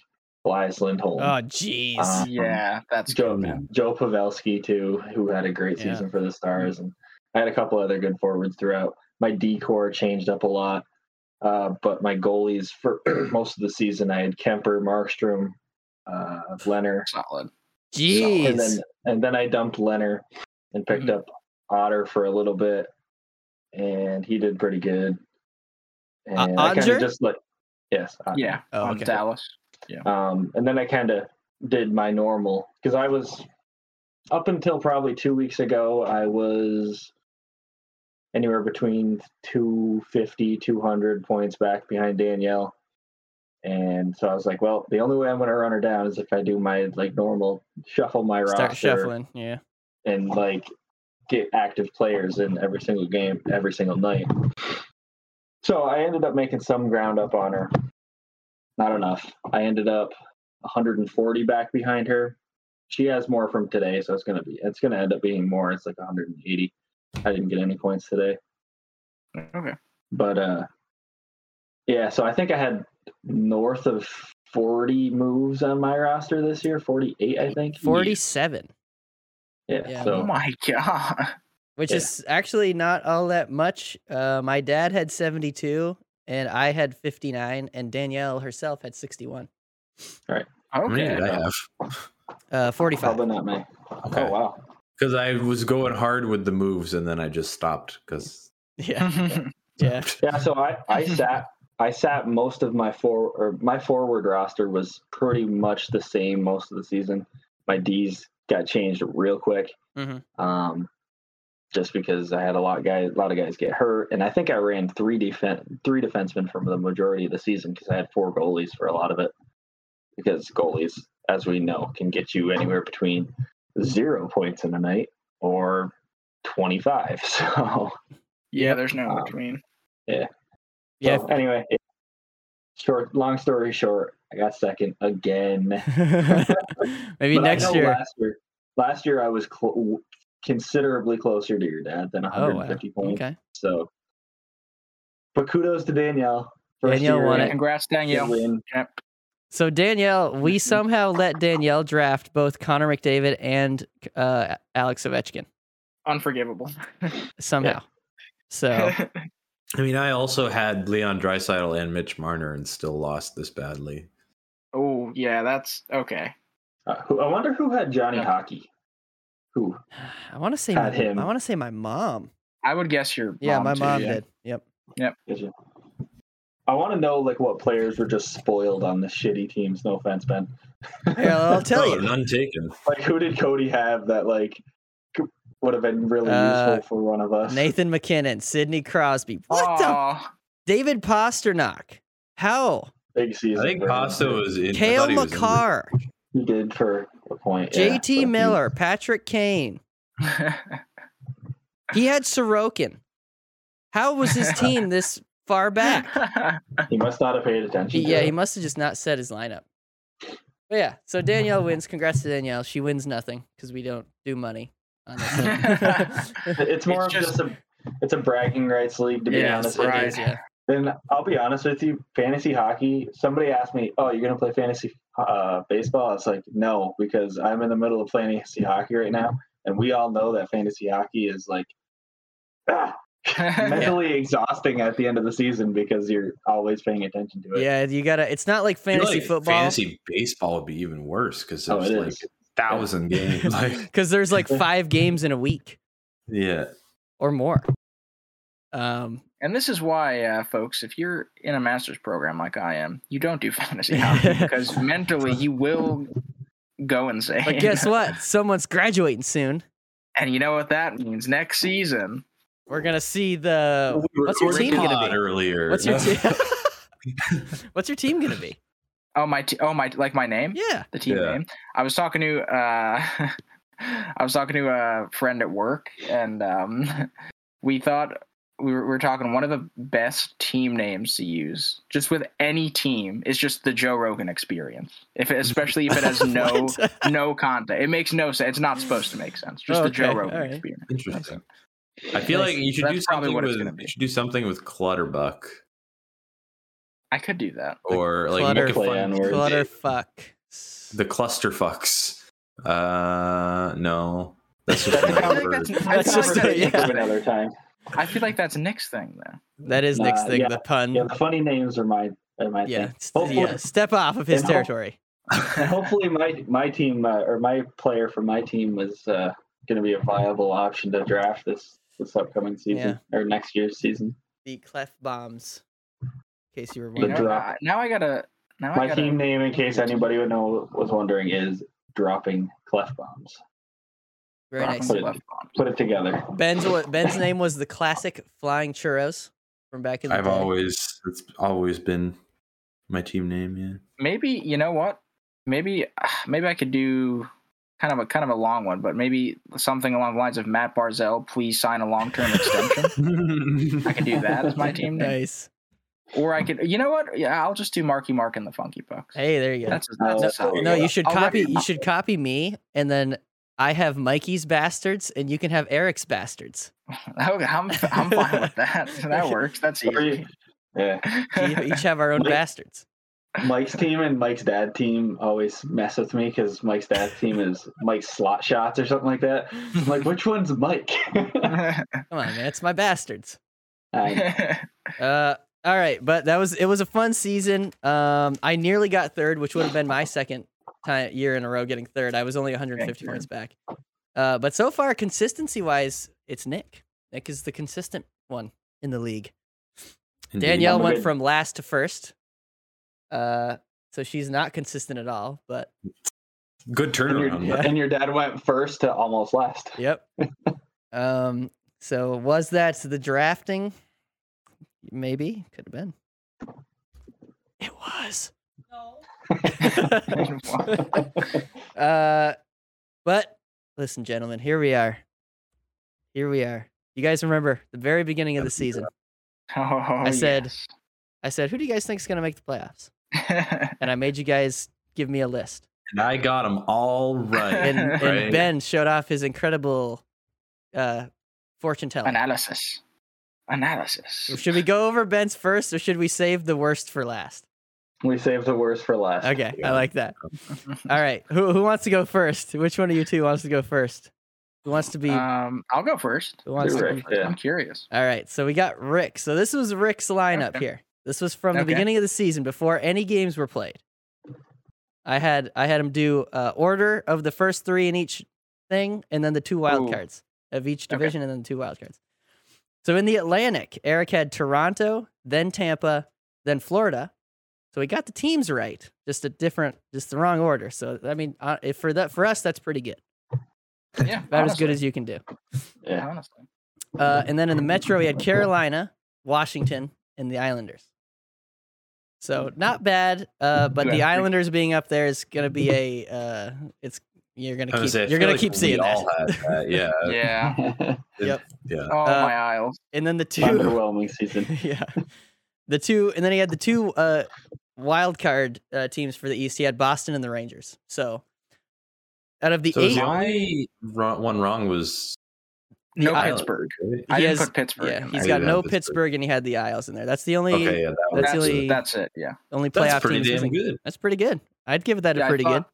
Elias Lindholm,
Oh jeez.
Uh,
yeah, that's good.
Joe
man.
Joe Pavelski too, who had a great
Yeah.
season for the Stars, and I had a couple other good forwards throughout. My decor changed up a lot, uh, but my goalies for most of the season I had Kemper, Markstrom, uh, Leonard,
Solid.
jeez. Mm-hmm.
and then and then I dumped Leonard and picked
Mhm.
up Otter for a little bit, and he did pretty good. And
Uh,
I kind
Odger?
of just like yes, Otter.
Yeah,
Oh,
on
okay.
Dallas.
Um, and then I kind of did my normal because I was up until probably two weeks ago I was anywhere between 250 200 points back behind danielle and so i was like well the only way i'm going to run her down is if i do my like normal shuffle my roster
Start shuffling. Yeah.
and like get active players in every single game every single night. So I ended up making some ground up on her. Not enough. I ended up 140 back behind her. She has more from today, so it's gonna be it's gonna end up being more. It's like 180. I didn't get any points today.
Okay,
But uh yeah, so I think I had north of 40 moves on my roster this year, 48 I think.
Forty-seven,
Yeah.
Yeah.
So
oh my god,
which
Yeah.
is actually not all that much. Uh, my dad had seventy-two, and I had fifty-nine, and Danielle herself had sixty-one.
How many did
okay,
I have?
Oh,
Uh, forty-five.
probably not me.
Okay.
Oh wow.
Because I was going hard with the moves and then I just stopped because
Yeah. Yeah.
Yeah, so I, I sat I sat most of my for or my forward roster was pretty much the same most of the season. My D's got changed real quick,
Mhm.
um, just because I had a lot of guys a lot of guys get hurt, and I think I ran three defense three defensemen for the majority of the season because I had four goalies for a lot of it. Because goalies, as we know, can get you anywhere between zero points in a night or twenty five. So
yeah, there's no
Um,
between.
Yeah.
so, anyway, it- short. Long story short, I got second again.
Maybe
But I
next
know
year.
Last year, last year I was clo- w- considerably closer to your dad than
Oh wow.
150 points.
Okay.
So, but kudos to Danielle.
Danielle won it.
Congrats, Danielle.
win.
Yep.
So Danielle, we
Mhm.
somehow let Danielle draft both Connor McDavid and uh, Alex Ovechkin
Unforgivable.
somehow. So
I mean, I also had Leon Dreisidel and Mitch Marner and still lost this badly.
oh yeah, that's okay.
Uh, who, I wonder who had Johnny
Yeah.
Hockey. Who?
I want to say
Had
my,
him.
I want to say my mom.
I would guess your
Yeah, my
too,
mom
yeah.
did. Yep.
Is it? I want to know like what players were just spoiled on the shitty teams. No offense, Ben.
Here, I'll tell
oh,
you.
none taken.
Like, who did Cody have that like c- would have been really
Uh,
useful for one of us?
Nathan McKinnon, Sidney Crosby. What the?
Aw,
David Posternock. How?
Big season.
I think
for him.
Pasta was in. I
Kale
thought he was injured.
McCarr.
He did for a point. yeah,
JT
but-
Miller, Patrick Kane. He had Sorokin. How was his team this far back?
He must not have paid attention.
He-
to
yeah,
it.
he must have just not set his lineup. But yeah, so Danielle wins. Congrats to Danielle. She wins nothing because we don't do money on this.
It's more
It's
of
just-
just, a it's a bragging rights league to be
Yeah,
honest
it
with
right.
is, yeah.
you. And I'll be honest with you, fantasy hockey. Somebody asked me, "Oh, you're gonna play fantasy uh, baseball?" I was like, "No," because I'm in the middle of fantasy hockey right now, and we all know that fantasy hockey is like ah, mentally exhausting at the end of the season because you're always paying attention to it.
Yeah, you gotta. It's not like
I feel
fantasy
like
football
Fantasy baseball would be even worse because
Oh,
there's
it
like
is.
a thousand games. Like,
because there's like five games in a week
yeah,
or more. Um,
and this is why, uh, folks, if you're in a master's program like I am, you don't do fantasy hockey because mentally you will go insane.
but guess what? Someone's graduating soon.
And you know what that means? Next season,
We're gonna see the
We
Oh, what's your
recorded
team gonna
pod
be?
earlier?
What's your team? What's your team gonna be?
Oh my! T- oh my! Like my name,
Yeah.
the team
Yeah.
name. I was talking to uh, I was talking to a friend at work, and um, we thought we were, we were talking one of the best team names to use, just with any team, is just the Joe Rogan Experience. If it, especially if it has no
What?
no content, it makes no sense. It's not supposed to make sense. Just the Joe
Okay,
Rogan
alright.
Experience.
Interesting. I feel
Nice.
like you should
That's
do
probably
something
what it's
with
gonna be.
you should do something with Clutterbuck
I could do that.
or like
Clutter-
make a fun
Play on words.
Clutter fuck.
the cluster fucks. Uh, no, that's just
That's
I
how-
another
feel like
word.
that's, I
That's
feel
just
like
a-
that's-
yeah.
Give it another time.
I feel like that's Nick's thing though.
That is
Nah,
Nick's thing.
uh, yeah,
The pun.
Yeah,
Yeah.
the funny names are my are my thing.
s-
Hopefully-
yeah, Step off of his
and hope-
territory.
And hopefully my my team uh, or my player from my team is uh, going to be a viable option to draft this this upcoming season or next year's season.
The clef bombs. In case you were
You
The
know,
wondering.
drop.
uh, now I gotta. Now I
My
gotta,
team name, in case anybody would know was wondering, is dropping clef bombs.
Very
Rock
nice.
and Left Bomb.
Put it together.
Ben's wa- Ben's name was the classic flying churros from back in the
I've
day.
always it's always been my team name. Yeah.
maybe you know what maybe maybe i could do kind of a kind of a long one but maybe something along the lines of matt barzell please sign a long-term extension i could do that as my team name
nice.
or i could you know what yeah i'll just do marky mark and the funky bucks
Hey, there you go.
that's, that's
No,
a solid
No,
one.
you should
I'll
copy.
write-
You should copy me, and then I have Mikey's bastards, and you can have Eric's bastards.
okay, I'm, I'm fine with that that works that's easy
Sorry. Yeah,
We each have our own
Mike-
bastards.
Mike's team and Mike's dad team always mess with me because Mike's dad team is Mike's slot shots or something like that. I'm like, which one's Mike?
Come on, man, it's my bastards.
I,
Uh, all right, but that was it. Was a fun season. Um, I nearly got third, which would have been my second time year in a row getting third. I was only 150
Thank you.
points back. Uh, but so far, consistency wise, it's Nick. Nick is the consistent one in the league.
Indeed.
Danielle
I'm a
went
good-
from last to first. Uh, so she's not consistent at all. But
good
and, your,
turnaround.
Yeah.
and your dad went first to almost last.
yep. um. So was that the drafting? Maybe could have been. It was. No. uh, but listen, gentlemen, here we are. Here we are. You guys remember the very beginning of the season?
i
said- I said, "Who do you guys think is going to make the playoffs?"
Oh,
And I made you guys give me a list.
And I got them all right.
and, and
Right.
Ben showed off his incredible uh, fortune telling.
analysis analysis
Should we go over Ben's first, or should we save the worst for last?
We saved the worst for last.
Okay, I like that. All right, who who wants to go first? Which one of you two wants to go first? Who wants to be?
um i'll go first
who wants
you're
to
right.
be?
Yeah.
i'm curious
All right, so we got Rick. So this was Rick's lineup
Okay.
here. This was from the
Okay.
beginning of the season before any games were played. I had I had him do uh, order of the first three in each thing, and then the two wild
Ooh.
cards of each
Okay.
division, and then the two wild cards. So in the Atlantic, Eric had Toronto, then Tampa, then Florida. So he got the teams right, just a different, just the wrong order. So I mean, uh, if for that for us, that's pretty good.
yeah
About as good as you can do.
Yeah.
honestly
Uh, and then in the Metro, we had Carolina, Washington, and the Islanders. So not bad, uh, but the
Yeah.
Islanders being up there is gonna be a. Uh, it's you're gonna
I
keep
was gonna say, I
you're
feel
gonna
like
keep
we
seeing that,
all had that, Yeah,
Yeah.
Yep.
yeah.
Oh
Uh,
my Isles.
and then the two
Underwhelming season.
yeah. The two, and then he had the two uh, wild card uh, teams for the East. He had Boston and the Rangers. So, out of the
So
eight,
the only wrong, one wrong was
No
the Isles.
Pittsburg.
right?
I
He
didn't
has-
put Pittsburgh.
yeah,
in
he's
there.
I
got
do
no
have Pittsburgh.
Pittsburgh, and he had the Isles in there. That's the only
okay. Yeah, that was
that's
that's,
really-
that's it. Yeah.
only playoff
that's pretty
teams.
damn
isn't-
good.
That's pretty good. I'd give that
Yeah,
a pretty
I
good.
thought,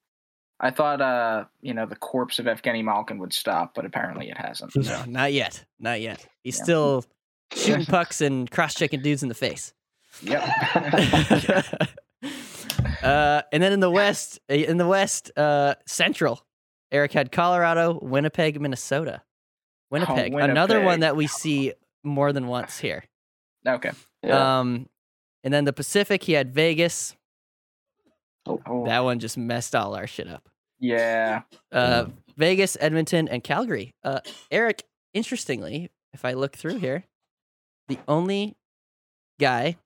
I thought, uh, you know, the corpse of Evgeny Malkin would stop, but apparently it hasn't.
No, not yet. Not yet. He's
Yeah.
still shooting pucks and cross checking dudes in the face.
Yep.
uh, and then in the West, in the West, uh, Central, Eric had Colorado, Winnipeg, Minnesota. Winnipeg, another
Oh, Winnipeg.
one that we see more than once here.
okay.
Yeah.
Um, and then the Pacific, he had Vegas.
Oh,
That one just messed all our shit up.
yeah.
Uh, Vegas, Edmonton, and Calgary. Uh, Eric, interestingly, if I look through here, the only guy,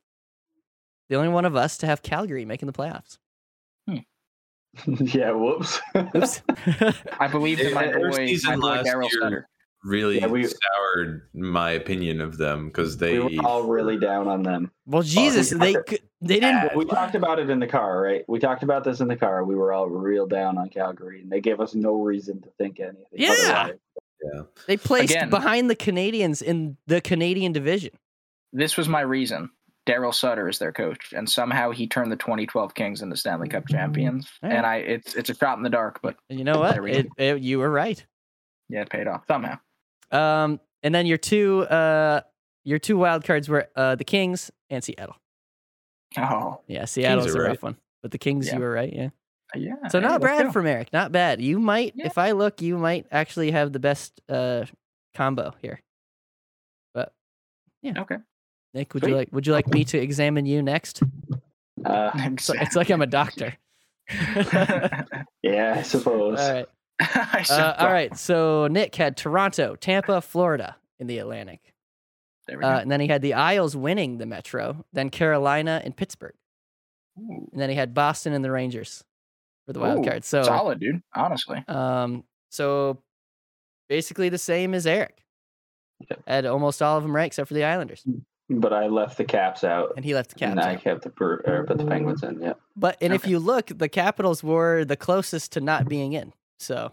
the only one of us to have Calgary making the playoffs.
yeah. Whoops.
Oops.
I believe that my
Yeah, their
boy, my
season
boy
last
Daryl
year-
Sutter.
Really
Yeah, we-
soured my opinion of them because they
we were all really down on them.
well, Jesus,
yeah.
they could, they didn't.
We talked about it in the car, right? We talked about this in the car. We were all real down on Calgary, and they gave us no reason to think anything.
Yeah.
otherwise.
They placed
Again.
behind the Canadians in the Canadian division.
This was my reason. Daryl Sutter is their coach, and somehow he turned the 2012 Kings into Stanley Cup champions.
Yeah.
And I, it's it's a shot in the dark, but
And you know what?
There we
It, it, you were right.
yeah, it paid off somehow.
Um, and then your two uh, your two wild cards were uh, the Kings and Seattle.
Oh,
Yeah, Seattle's
are
a rough
right.
one, but the Kings,
Yeah.
you were right. Yeah.
yeah.
So
hey,
not
let's
bad
go.
from Eric. Not bad. You might,
Yeah.
if I look, you might actually have the best uh, combo here. But yeah.
Okay.
Nick, would you
Sweet.
like would you like me to examine you next?
Uh,
So it's like I'm a doctor. all
yeah, I suppose.
right.
I
Uh, all
suppose.
right. So Nick had Toronto, Tampa, Florida in the Atlantic.
There we go.
Uh, and then he had the Isles winning the Metro, then Carolina and Pittsburgh.
Ooh,
And then he had Boston and the Rangers for uh, the wild
Ooh,
card. So
solid, dude. Honestly.
Um, so basically the same as Eric.
Yep.
Had almost all of them right except for the Islanders,
But I left the caps out,
and he left the
and I
Capitals.
kept the per- or put the penguins in. Yeah.
But and if
Okay.
you look, the Capitals were the closest to not being in. So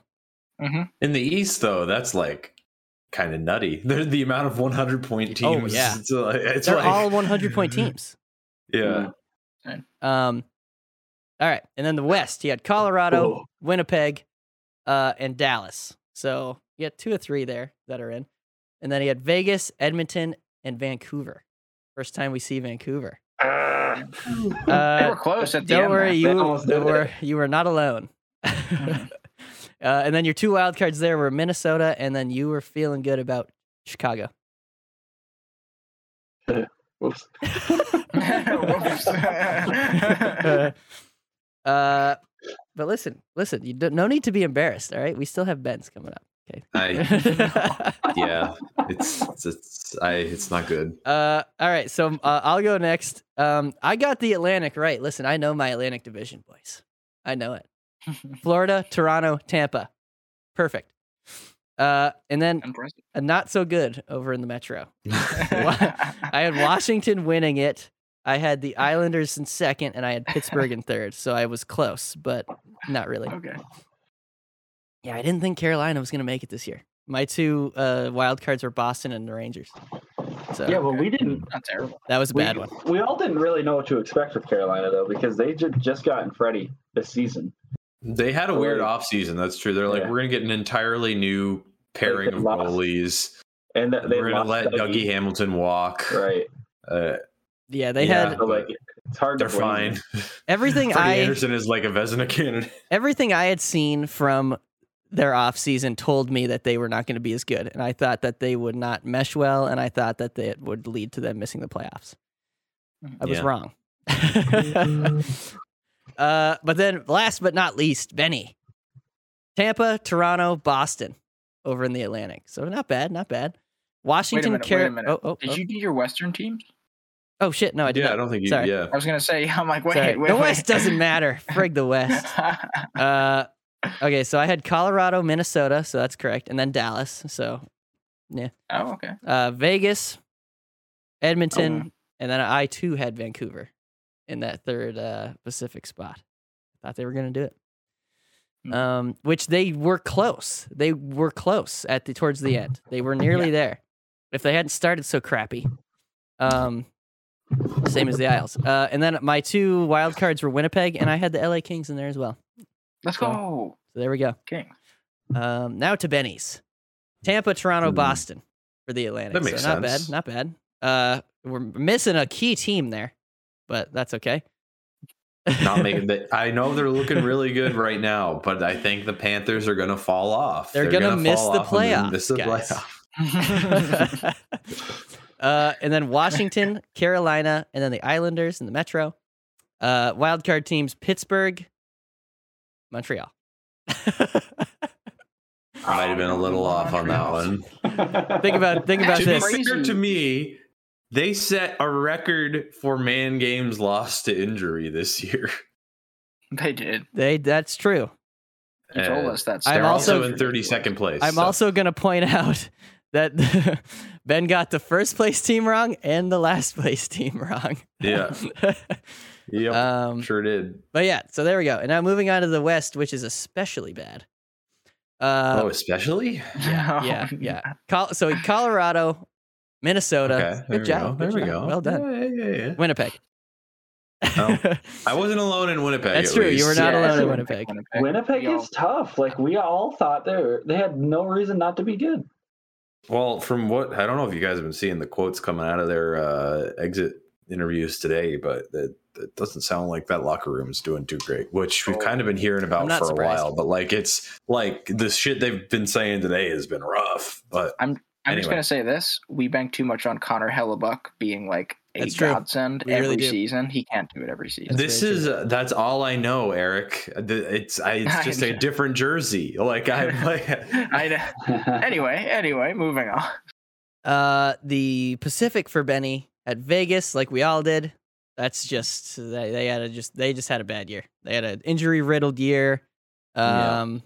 hmm
in the East though. That's like kind of nutty. They're the amount of 100 point
Oh,
teams.
yeah.
it's like, it's
they're
like-
all 100 point teams.
Yeah,
Um, all right, and then the West, he had Colorado,
Oh.
Winnipeg, uh, and Dallas. So he had two or three there that are in, and then he had Vegas, Edmonton, and Vancouver. First time we see Vancouver.
Ah,
they
Uh,
were close at the
Don't
end.
worry,
there.
you,
They almost
you
did it. Mm-hmm.
were you were not alone. uh, and then your two wild cards there were Minnesota, and then you were feeling good about Chicago.
Whoops.
Whoops.
uh, but listen, listen, you don't, no need to be embarrassed. All right, we still have Ben's coming up. Okay.
I yeah. It's, it's it's I it's not good.
uh, all right, so uh, I'll go next. Um, I got the Atlantic right. Listen, I know my Atlantic division, boys. I know it. Florida, Toronto, Tampa, perfect. Uh, and then
Impressive.
and not so good over in the metro. Wa- I had Washington winning it. I had the Islanders in second, and I had Pittsburgh in third. So I was close, but not really.
Okay.
Yeah, I didn't think Carolina was going to make it this year. My two uh, wild cards were Boston and the Rangers. So
Yeah. Well, we didn't.
Not terrible.
that was a
we-
bad one.
We all didn't really know what to expect with Carolina though, because they ju- just gotten Freddie this season.
They had a weird
Like-
off season. That's true. They're like,
Yeah.
we're gonna get an entirely new pairing
Like, they
of
lost.
goalies.
And that they
We're gonna let
lost
Dougie Hamilton walk.
Right.
Uh,
Yeah, they
Yeah.
had
So like, it's hard.
they're
to blame
fine.
everything
Freddie
I
Anderson is like a Vezina candidate.
everything I had seen from their offseason told me that they were not going to be as good, and I thought that they would not mesh well, and I thought that they, it would lead to them missing the playoffs. I was
Yeah.
wrong. uh, but then, last but not least, Benny, Tampa, Toronto, Boston, over in the Atlantic. So not bad, not bad. Washington,
minute, wait a
Car-
minute.
Oh, oh,
Did
oh.
you do your Western teams?
Oh shit! No, I did
yeah,
not.
I don't think you.
Sorry.
Yeah,
I was gonna say, I'm like, wait,
Sorry.
wait,
the
wait.
West doesn't matter. Frig the West. Uh, okay, so I had Colorado, Minnesota, so that's correct, and then Dallas. So
oh, okay.
uh, Vegas, Edmonton,
Oh,
and then I too had Vancouver in that third uh, Pacific spot. Thought they were gonna do it,
Hmm.
um, which they were close. They were close at the towards the end. They were nearly there. If they hadn't started so crappy, um, same as the Isles. Uh, and then my two wild cards were Winnipeg, and I had the LA Kings in there as well.
Let's
So-
go.
So there we go.
King.
Um, now to Benny's. Tampa, Toronto,
Hmm.
Boston for the Atlantic.
That makes
so not
sense.
bad. Not bad. Uh, we're missing a key team there, but that's okay.
not making that. I know they're looking really good right now, but I think the Panthers are going to fall off.
They're gonna miss
fall
the
off and then
playoffs,
Miss the
guys.
playoff.
uh, and then Washington, Carolina, and then the Islanders and the Metro. Uh, wild card teams: Pittsburgh, Montreal.
Might have been a little off on that one.
think about think about
to
this.
Actually,
be fair to me, they set a record for man games lost to injury this year.
They did.
They that's true.
You told
Uh,
us that.
I'm
They're
stat.
also-
also, in 32nd place.
I'm
so-
also going to point out that Ben got the first place team wrong and the last place team wrong.
yeah, yep,
um,
sure did.
But yeah, so there we go. And now moving on to the West, which is especially bad.
oh,
Uh,
especially Oh,
No.
yeah, yeah. Col- so Colorado, Minnesota.
okay.
uh, Good
There we
job.
go. There
good
we
job.
go.
Well done.
Yeah, yeah, yeah.
Winnipeg.
Oh, I wasn't alone in Winnipeg.
That's
at
true, you were
least.
not alone in
so
Winnipeg.
Winnipeg
We all-
is tough. Like we all thought they were, they had no reason not to be good.
Well, from what I don't know if you guys have been seeing the quotes coming out of their uh, exit interviews today, but it, it doesn't sound like that locker room's doing too great, which we've
Oh.
kind of been hearing
I'm
about
not
for
surprised.
a while. But like, it's like the shit they've been saying today has been rough. But
I'm just
Anyway.
gonna say this: we bank too much on Connor Hellebuck being like a
That's true.
godsend
We
every
really do.
season. He can't do it every season.
That's
this
very
is uh, that's all I know, Eric. The- It's I, it's just a different jersey. Like I like.
I know. Anyway, anyway, moving on.
Uh, the Pacific for Benny at Vegas, like we all did. That's just they, they had a just they just had a bad year. They had an injury riddled year.
Yeah.
Um,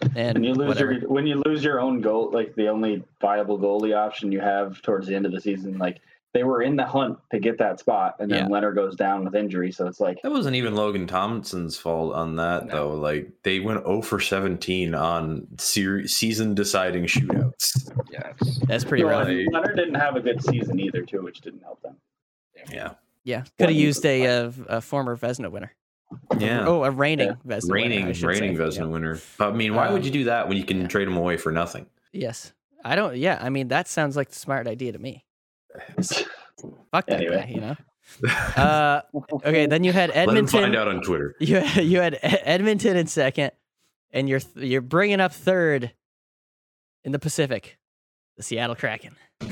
When
and
you lose
whatever.
your when you lose your own goal, like the only viable goalie option you have towards the end of the season, like they were in the hunt to get that spot, and then
Yeah.
Leonard goes down with injury, so it's like
That wasn't even Logan Thompson's fault on that
No.
though. Like they went 0 for 17 on ser- season deciding shootouts.
Yes.
that's pretty
Well,
rough.
rough.
and Leonard didn't have a good season either, too, which didn't help them.
Yeah.
Yeah, could have
Well,
used a, uh a former Vesna winner.
Yeah.
Oh, a reigning Vesna.
raining
winner, I should
raining
say.
Vesna
Yeah. Um,
winner. But I mean, why would you do that when you can
yeah.
trade him away for nothing?
Yes, I don't. Yeah, I mean that sounds like the smart idea to me. Just Fuck that
Anyway.
guy, you know. Uh, okay, then you had
Let him
Edmonton.
find out on Twitter.
you you had E- Edmonton in second, and you're th- you're bringing up third in the Pacific, the Seattle Kraken.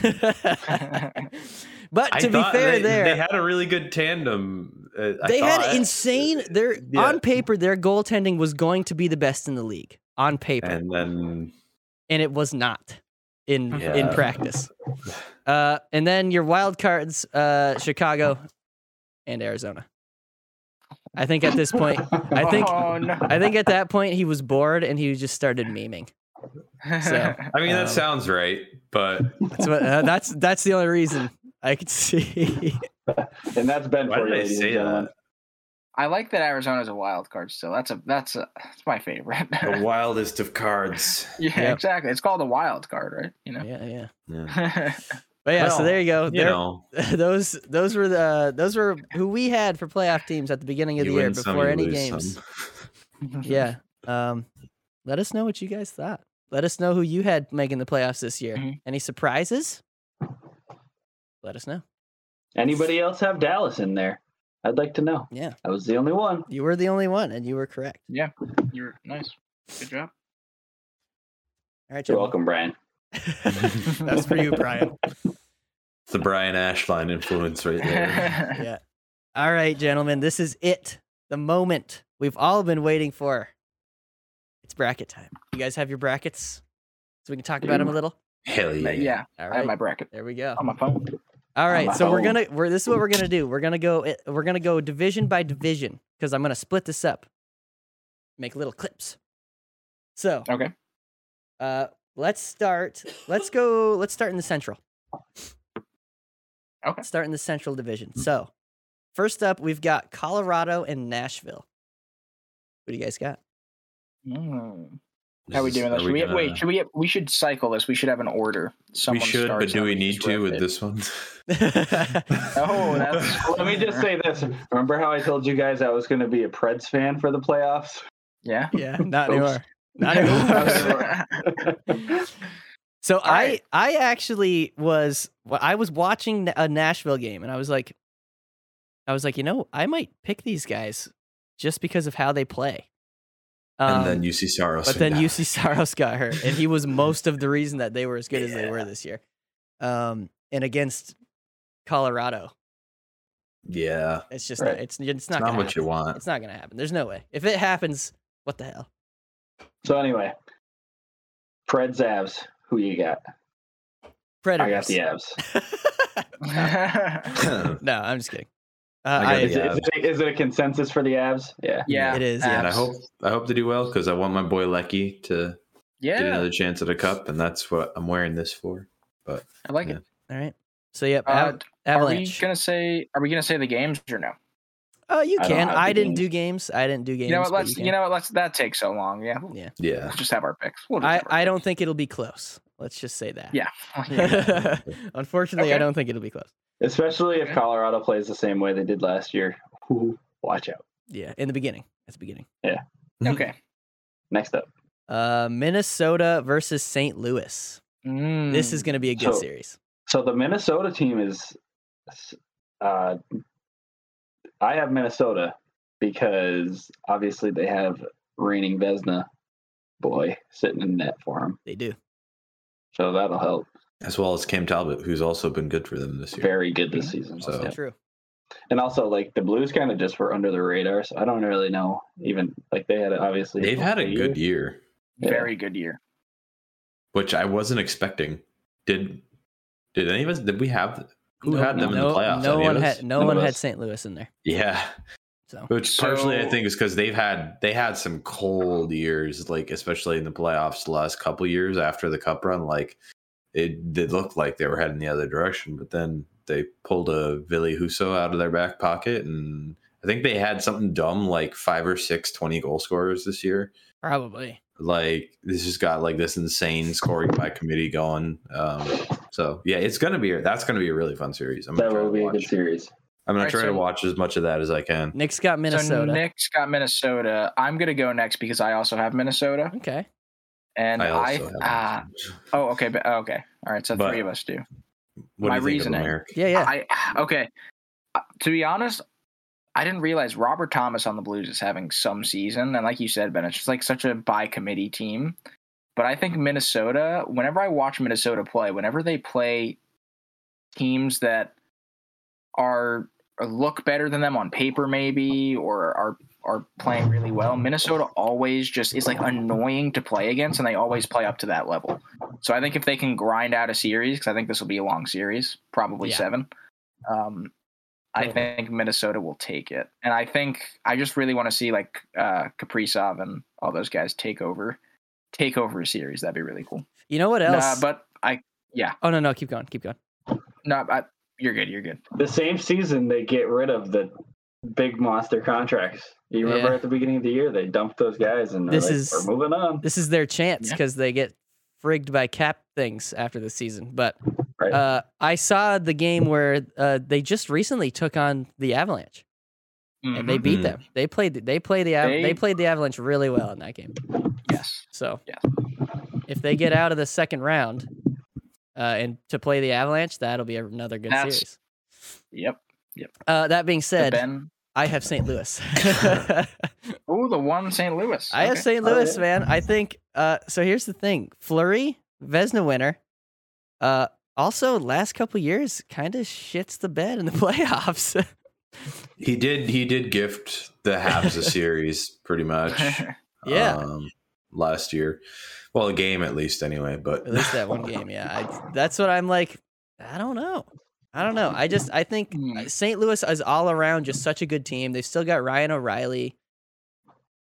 but
I
to be
thought
fair,
they,
there
they had a really good tandem. uh, I
they had
thought. uh,
insane. Their
Yeah.
on paper, their goaltending was going to be the best in the league on paper, and,
and then
it was not in in
Yeah.
practice. Uh, and then your wild cards, uh, Chicago and Arizona. I think at this point, I think
Oh, no.
I think at that point he was bored and he just started memeing. so-
I mean that
Um,
sounds right, but
That's what. Uh, that's that's the only reason I could see.
and that's Ben
why
for
did
you.
I
ladies and
say
gentlemen.
that?
I like that Arizona's a wild card still. That's a that's a that's my favorite.
uh,
The wildest of cards.
yeah,
Yep.
exactly. It's called a wild card, right? You know.
Yeah, yeah.
Yeah.
But yeah, so
Well,
there you go.
You
There-
know,
those those were the those were who we had for playoff teams at the beginning of
you
the year
win some,
before
you
any
lose
games.
some.
Yeah. Um, let us know what you guys thought. Let us know who you had making the playoffs this year.
Mhm.
Any surprises? Let us know.
Anybody else have Dallas in there? I'd like to know.
Yeah,
I was the only one.
you were the only one, and you were correct.
You're nice. Good job.
All right,
You're
gentlemen.
welcome, Brian.
That's for you, Brian.
It's the Brian Ashline influence right there.
yeah. All right, gentlemen, this is it. The moment we've all been waiting for. It's bracket time. You guys have your brackets? So we can talk about them a little?
Hell yeah.
yeah,
All
I have
right.
my bracket
There we go.
on my phone.
All right, so we're
Wow.
gonna we're this is what we're gonna do. We're gonna go it- we're gonna go division by division because I'm gonna split this up, make little clips. So
Okay.
uh, let's start. Let's go. Let's start in the central.
Okay.
Start in the central division. So first up, we've got Colorado and Nashville. What do you guys got?
Mm. How we
This is-
doing? This? Should we,
gonna-
wait? Should we? We should cycle this. We should have an order.
we
Someone
should, but
starts
do
and
we
we
need
just
to
rip
with
it.
this one?
Oh, that's-
Let me just say this. Remember how I told you guys I was going to be a Preds fan for the playoffs?
Yeah.
yeah, not
Oops.
anymore. Not anymore.
Yeah.
So I
right.
I actually was well, I was watching a Nashville game and I was like I was like, you know, I might pick these guys just because of how they play. Um,
and then UC Saros.
but then UC Saros got hurt and he was most of the reason that they were as good as they were this year. Um, and against Colorado,
Yeah,
it's just
Right.
it's it's
not,
not, gonna
what you
happen.
want.
It's not gonna happen. There's no way. If it happens, what the hell?
so anyway, Preds Avs. Who you got? I got
Predators.
the Avs.
yeah,
no, I'm just kidding. Uh,
I got
I-
the
Is, it- is it, is it a consensus for the Avs? Yeah.
yeah.
It is, yeah.
and I hope I hope to do well because I want my boy Lecky to
Yeah.
get another chance at a cup, and that's what I'm wearing this for.
I like it.
all right. So yep,
Uh,
Av-
are we
Avalanche.
gonna say? Are we gonna say the games or no?
Oh, you
I don't
can.
have
I
the
didn't
games.
do games. I didn't do games.
you know what?
but
Let's.
can.
You know what? Let's. That takes so long. Yeah. We'll,
Yeah,
we'll just have our picks. We'll just
I,
have our
I don't think it'll be close. Let's just say that.
Yeah. picks. Yeah.
yeah.
Unfortunately, I
Okay.
don't think it'll be close.
Especially if Colorado plays the same way they did last year. Ooh, watch out.
Yeah, in the beginning. At the beginning.
Okay.
Next up.
Uh, Minnesota versus St. Louis. This is
Mm.
going to be a good
So-
series.
So the Minnesota team is. Uh, I have Minnesota because obviously they have reigning Vesna boy sitting in net for him.
They do.
So that'll help.
as well as Cam Talbot, who's also been good for them this year.
Very good this season.
So-
Yeah.
True.
And also, like the Blues kind of just were under the radar. So I don't really know. Even like they had obviously
They've had a good year,
Yeah.
very good year.
which I wasn't expecting. Did did any of us? Did we have who
No-
had them in
no-
the playoffs?
No
Any of
one
us?
had. No
None of
one had
us.
St. Louis in there.
Yeah,
So
Which partially I
So-
think is because they've had they had some cold years, like especially in the playoffs the last couple years after the cup run, like it did look like they were heading the other direction, but then they pulled a Vili Huso out of their back pocket and I think they had something dumb like five or six 20 goal scorers this year.
probably.
Like this has got like this insane scoring by committee going. Um so yeah, it's gonna be that's gonna be a really fun series. I'm gonna
That
try
will
to
be a
watch.
good series.
I'm gonna
Alright,
try to
so-
watch as much of that as I can.
Nick's got Minnesota.
So Nick's got Minnesota. I'm gonna go next because I also have Minnesota,
okay.
and
I
I.
also
ah,
have
oh, okay. But, okay. All right. So
But-
three of us do. My
What do you think of
reasoning.
Merrick?
Yeah. Yeah.
I okay. Uh, To be honest, I didn't realize Robert Thomas on the Blues is having some season, and like you said, Ben, it's just like such a by committee team. But I think Minnesota. Whenever I watch Minnesota play, whenever they play teams that are or look better than them on paper, maybe, or are are playing really well, Minnesota always just is like annoying to play against, and they always play up to that level. So I think if they can grind out a series, because I think this will be a long series, probably
Yeah.
seven. Um, I think Minnesota will take it, and I think I just really want to see like uh, Kaprizov and all those guys take over, take over a series. That'd be really cool.
You know what else?
Nah, but I,
oh no, no. Keep going. Keep going.
no, I, you're good. You're good.
The same season they get rid of the big monster contracts. You remember
Yeah.
at the beginning of the year they dumped those guys and this
This
like,
is-
we're moving on.
This is their chance
Yeah.
because they get frigged by cap things after the season. But
Right.
uh, I saw the game where uh, they just recently took on the Avalanche and they
Mhm.
beat
Mhm.
them. They played. the- They played the. Av- They,
They-
played the Avalanche really well in that game.
yes.
So
Yeah.
if they get out of the second round uh, and to play the Avalanche, that'll be another good
That's-
series.
Yep.
Uh, that being
The
said,
ben.
I have St. Louis.
Oh, the one St. Louis.
I have
Okay.
St.
Oh,
Louis,
yeah.
man. I think. Uh, so here's the thing: Flurry, Vesna winner. Uh, also, last couple years, kind of shits the bed in the playoffs.
He did. He did gift the Habs a series, pretty much.
Uh,
yeah,
Um, last year, well, a game at least, anyway. But
at least that one game. Yeah, I, that's what I'm like. I don't know. I don't know. I just I think
Hmm.
St. Louis is all around just such a good team. They've still got Ryan O'Reilly.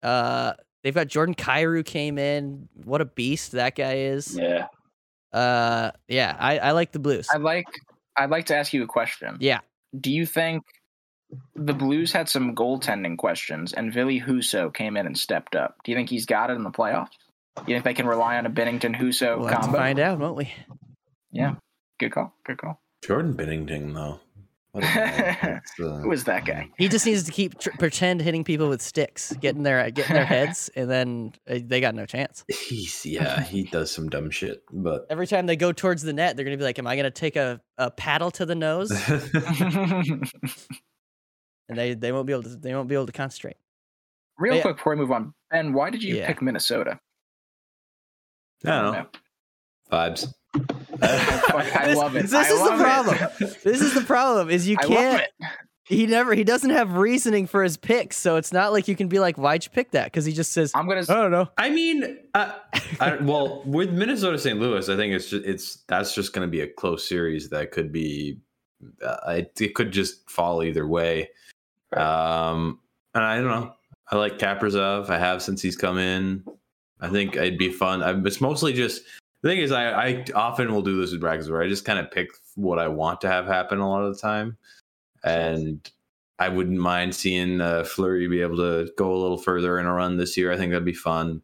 Uh, they've got Jordan Cairo came in. What a beast that guy is.
Yeah.
Uh, yeah, I, I like the Blues.
I'd like I'd like to ask you a question.
yeah,
Do you think the Blues had some goaltending questions and Billy Huso came in and stepped up? Do you think he's got it in the playoffs? You think they can rely on a Bennington Huso
we'll have to
combo?
find out, won't we?
Good call. Good call.
Jordan Bennington, though. What a man. That's, uh,
Who is that guy?
He just needs to keep tr- pretend hitting people with sticks, getting their uh, getting their heads, and then uh, they got no chance.
He's yeah, he does some dumb shit, but
Every time they go towards the net, they're gonna be like, "Am I gonna take a, a paddle to the nose?" And they, they won't be able to they won't be able to concentrate.
Real
Yeah.
quick before we move on, Ben, why did you
Yeah.
pick Minnesota?
I don't know. Vibes.
I
This-
love it.
This
I
is
love
the
it.
problem. This is the problem. Is you
I love
can't.
it.
He never. He doesn't have reasoning for his picks, so it's not like you can be like, "Why'd you pick that?" Because he just says, "I
I'm gonna.
don't know."
I mean, uh, I, well, with Minnesota St. Louis, I think it's just it's that's just going to be a close series that could be uh, it, it could just fall either way. Um, and I don't know. I like Kaprizov. I have since he's come in. I think it'd be fun. I, it's mostly just the thing is I, I often will do this with brackets where I just kind of pick what I want to have happen a lot of the time, and I wouldn't mind seeing uh, Flurry be able to go a little further in a run this year. I think that'd be fun,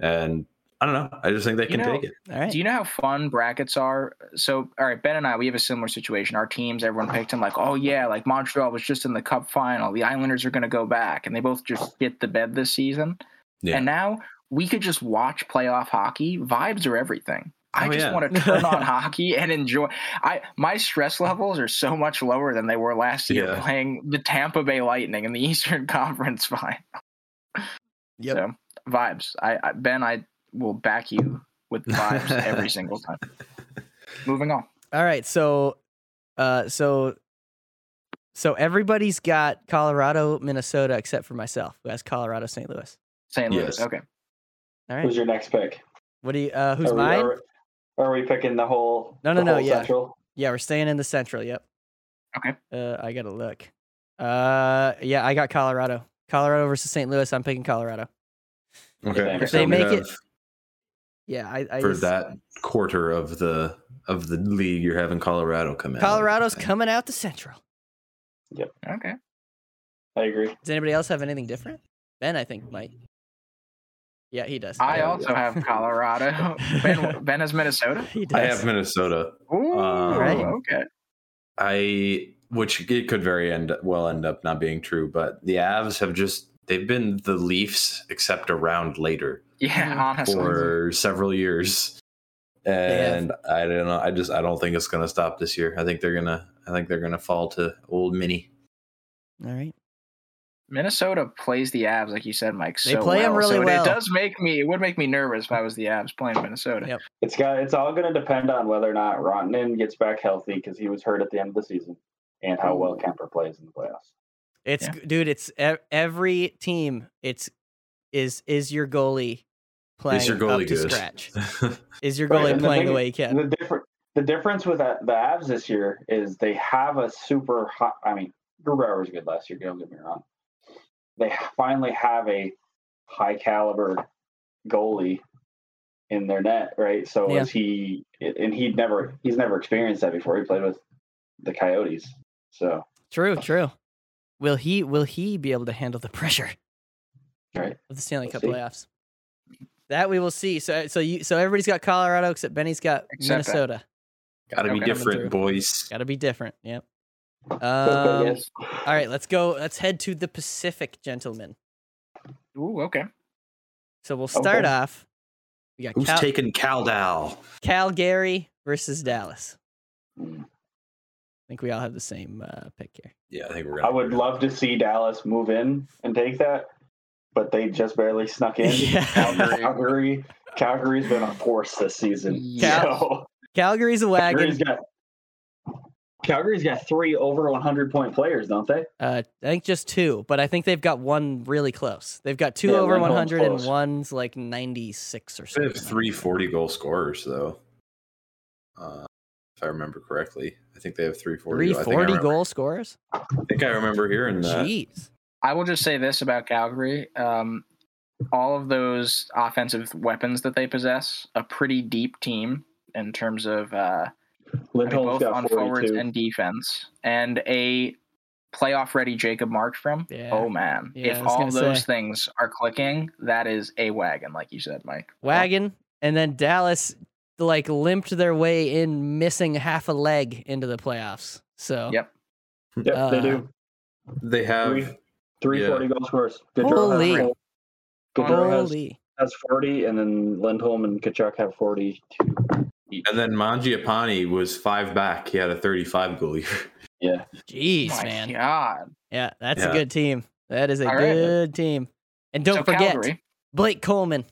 and I don't know. I just think they
You
can
know,
take it.
All right.
Do you know how fun brackets are? So, all right, Ben and I, we have a similar situation. Our teams, everyone picked him like, oh yeah, like Montreal was just in the Cup final. The Islanders are going to go back, and they both just hit the bed this season.
Yeah.
And now we could just watch playoff hockey. Vibes are everything. I
Oh,
just
yeah.
want to turn on hockey and enjoy. I my stress levels are so much lower than they were last year
Yeah.
playing the Tampa Bay Lightning in the Eastern Conference final.
Yep.
So vibes. I, I Ben, I will back you with vibes every single time. Moving on.
All right. So, uh, so, so everybody's got Colorado, Minnesota, except for myself, who has Colorado, St. Louis.
St. Louis.
Yes.
Okay.
All
Who's
right.
your next pick?
What do you? Uh, who's
Oh,
are we,
mine?
Are, are we picking the whole?
No, no,
the
no,
whole
yeah.
Central?
Yeah, we're staying in the Central. Yep.
Okay.
Uh, I gotta look. Uh, yeah, I got Colorado. Colorado versus St. Louis. I'm picking Colorado.
Okay.
If they
we
make it-
have-
Yeah, I, I
for
just-
that quarter of the of the league you're having Colorado come in.
Colorado's coming out the Central.
Okay.
I agree.
Does anybody else have anything different? Ben, I think might. Yeah, he does.
I
Yeah.
also have Colorado. ben, ben has Minnesota.
he does.
I have Minnesota.
Ooh,
Alright.
okay.
I which it could very end well end up not being true, but the Avs have just they've been the Leafs except a round later
Yeah,
Mhm.
honestly.
for several years. And I don't know. I just I don't think it's gonna stop this year. I think they're gonna I think they're gonna fall to old mini.
All right.
Minnesota plays the Avs, like you said, Mike.
They
so
play 'em
well.
really
so it-
well.
It does make me. It would make me nervous if I was the Avs playing Minnesota.
Yep.
It's got. It's all going to depend on whether or not Rantanen gets back healthy because he was hurt at the end of the season, and how well Kemper plays in the playoffs.
It's
Yeah.
g- dude. It's e- every team. It's is is your goalie playing
your
up
goalie
to
good?
scratch? Is your
Right,
goalie
and the
playing the
thing-
way he
And
can?
the different the difference with the the Avs this year is they have a super hot. I mean, Grubauer was good last year. Don't get me wrong. They finally have a high caliber goalie in their net, right? So
Yeah.
is he? And he'd never he's never experienced that before. He played with the Coyotes, so
True, true. Will he will he be able to handle the pressure
right.
of the Stanley
We'll
Cup
see.
playoffs? That we will see. So so you so everybody's got Colorado except Benny's got
Except that.
Minnesota.
Gotta
Okay.
be
Coming
through.
different, boys.
Got to be different. Yep. Um,
But
all
yes,
right, let's go. Let's head to the Pacific, gentlemen.
Ooh, okay.
So we'll start
Okay.
off. We got
Who's
Cal-
taking Caldal?
Calgary versus Dallas.
Mm.
I think we all have the same uh, pick here.
Yeah, I think we're gonna
I would love to see Dallas move in and take that, but they just barely snuck in.
Yeah.
Calgary, Calgary's been a force this season.
Yeah.
So
Calgary's a
Calgary's
wagon.
got Calgary's got three over 100 point players, don't they?
Uh, I think just two, but I think they've got one really close. They've got two
Yeah,
over
one home's
100 and
close.
one's like 96 or
They
something.
have three 40 goal scorers though. Uh, if I remember correctly. I think they have 340.
Three
I think I,
forty
remember,
goal scorers.
I think I remember hearing that.
Jeez.
I will just say this about Calgary. Um, all of those offensive weapons that they possess, a pretty deep team in terms of uh, I mean,
Lindholm's
both on
got
forwards
42.
and defense, and a playoff ready Jacob Markstrom.
Yeah.
Oh man,
Yeah, I
if
was
all
gonna
those
say.
things are clicking, that is a wagon, like you said, Mike.
Wagon, and then Dallas like limped their way in, missing half a leg into the playoffs. So
Yep.
Yep,
uh,
they do.
They have.
Three- 340 goals for us. Gaudreau has-
Holy.
Gaudreau has-
holy.
has 40, and then Lindholm and Kachuk have 42.
And then Mangiapane was five back. He had a 35 goal year.
Yeah.
Jeez,
My
man.
God.
Yeah, that's a
Yeah.
good team. That is a
All right.
good team. And don't
So
forget
Calgary.
Blake Coleman.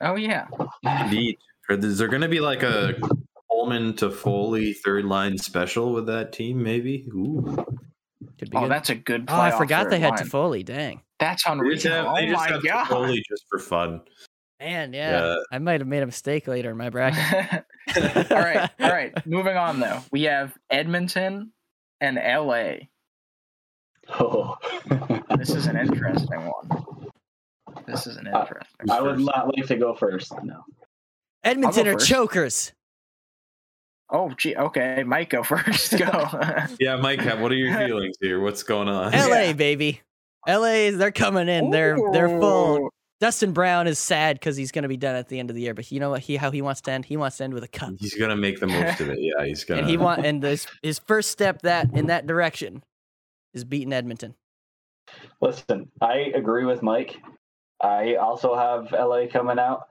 Oh yeah.
Indeed. Is there going to be like a Coleman to Foley third line special with that team? Maybe. Ooh.
Could be
Oh,
good.
that's a good.
oh, I
playoff
forgot
third
they had
line.
Toffoli. Dang.
That's
They just
unreal.
have,
Oh
they just
my
have
God.
Foley just for fun.
Man, yeah.
Yeah.
I might have made a mistake later in my bracket.
all right, all right. Moving on though, we have Edmonton and LA.
Oh.
This is an interesting one. This is an
Uh,
interesting.
I would not like to go first. No.
Edmonton are
first.
chokers.
Oh, gee. Okay, Mike, go first. Go.
Yeah, Mike, what are your feelings here? What's going on?
LA, baby. LA, they're coming in. They're they're full. Dustin Brown is sad because he's going to be done at the end of the year. But you know what? He how he wants to end. He wants to end with a cup,
He's gonna make the most of it. Yeah, he's gonna.
and he want and this, his first step that in that direction is beating Edmonton.
Listen, I agree with Mike. I also have LA coming out.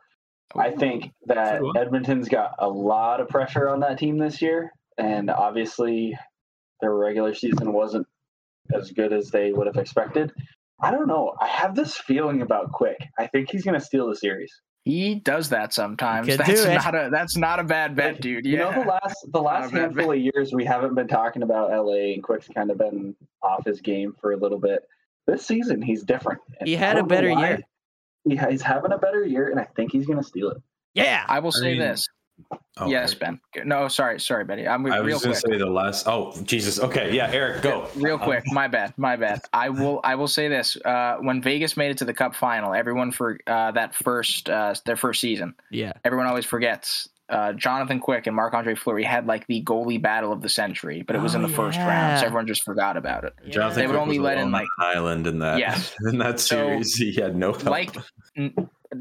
I think that
So do I.
Edmonton's got a lot of pressure on that team this year, and obviously their regular season wasn't as good as they would have expected. I don't know. I have this feeling about Quick. I think he's going to steal the series.
He does that sometimes.
Could
that's
do it.
not a that's not a bad bet, dude. Yeah.
You know the last the last
bad
handful of years we haven't been talking about LA and Quick's kind of been off his game for a little bit. This season he's different. and
He
I
had a
don't know
better
why.
year.
He ha- he's having a better year, and I think he's going to steal it.
Yeah,
I will say
mean-
this.
Oh,
Yes, Ben. No, sorry, sorry, Betty. I'm
I
real
was
quick.
gonna say the last. Oh Jesus. Okay. Yeah, Eric, go.
Real quick, my bad, my bad. I will, I will say this: uh, when Vegas made it to the Cup final, everyone for uh, that first, uh, their first season,
yeah.
everyone always forgets. Uh, Jonathan Quick and Marc Andre Fleury had like the goalie battle of the century, but it was
Oh,
in the first round, so
yeah.
everyone just forgot about it.
Jonathan
They would
Quick
only
was
let in,
alone on
like-
an island in that.
Yes.
In that
So,
series, he had no help.
like n-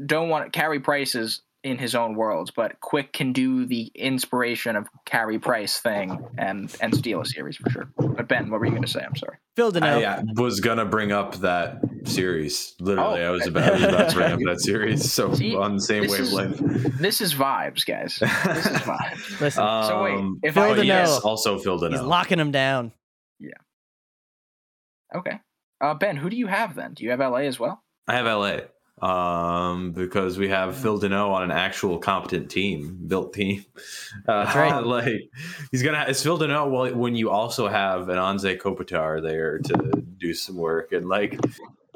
don't want Carey Price is in his own worlds, but Quick can do the inspiration of Carey Price thing and and steal a series for sure. But Ben, what were you going to say? I'm sorry.
Phil Deneau.
I uh, was gonna bring up that series. Literally,
Oh.
I was about, I was about to bring up that series. So
See,
on the same
this is-
wavelength.
This is vibes, guys. This is vibes.
Listen,
So wait,
Um,
if
Phil
I
oh,
Deneau.
yes, also Phil
he's
Deneau.
locking them down.
okay, uh, Ben, who do you have then? Do you have LA as well?
I have LA. Um, because we have Phil Deneau on an actual competent team, built team. Uh,
That's right.
like he's gonna. It's Phil Deneau. Well, when you also have an Anze Kopitar there to do some work, and like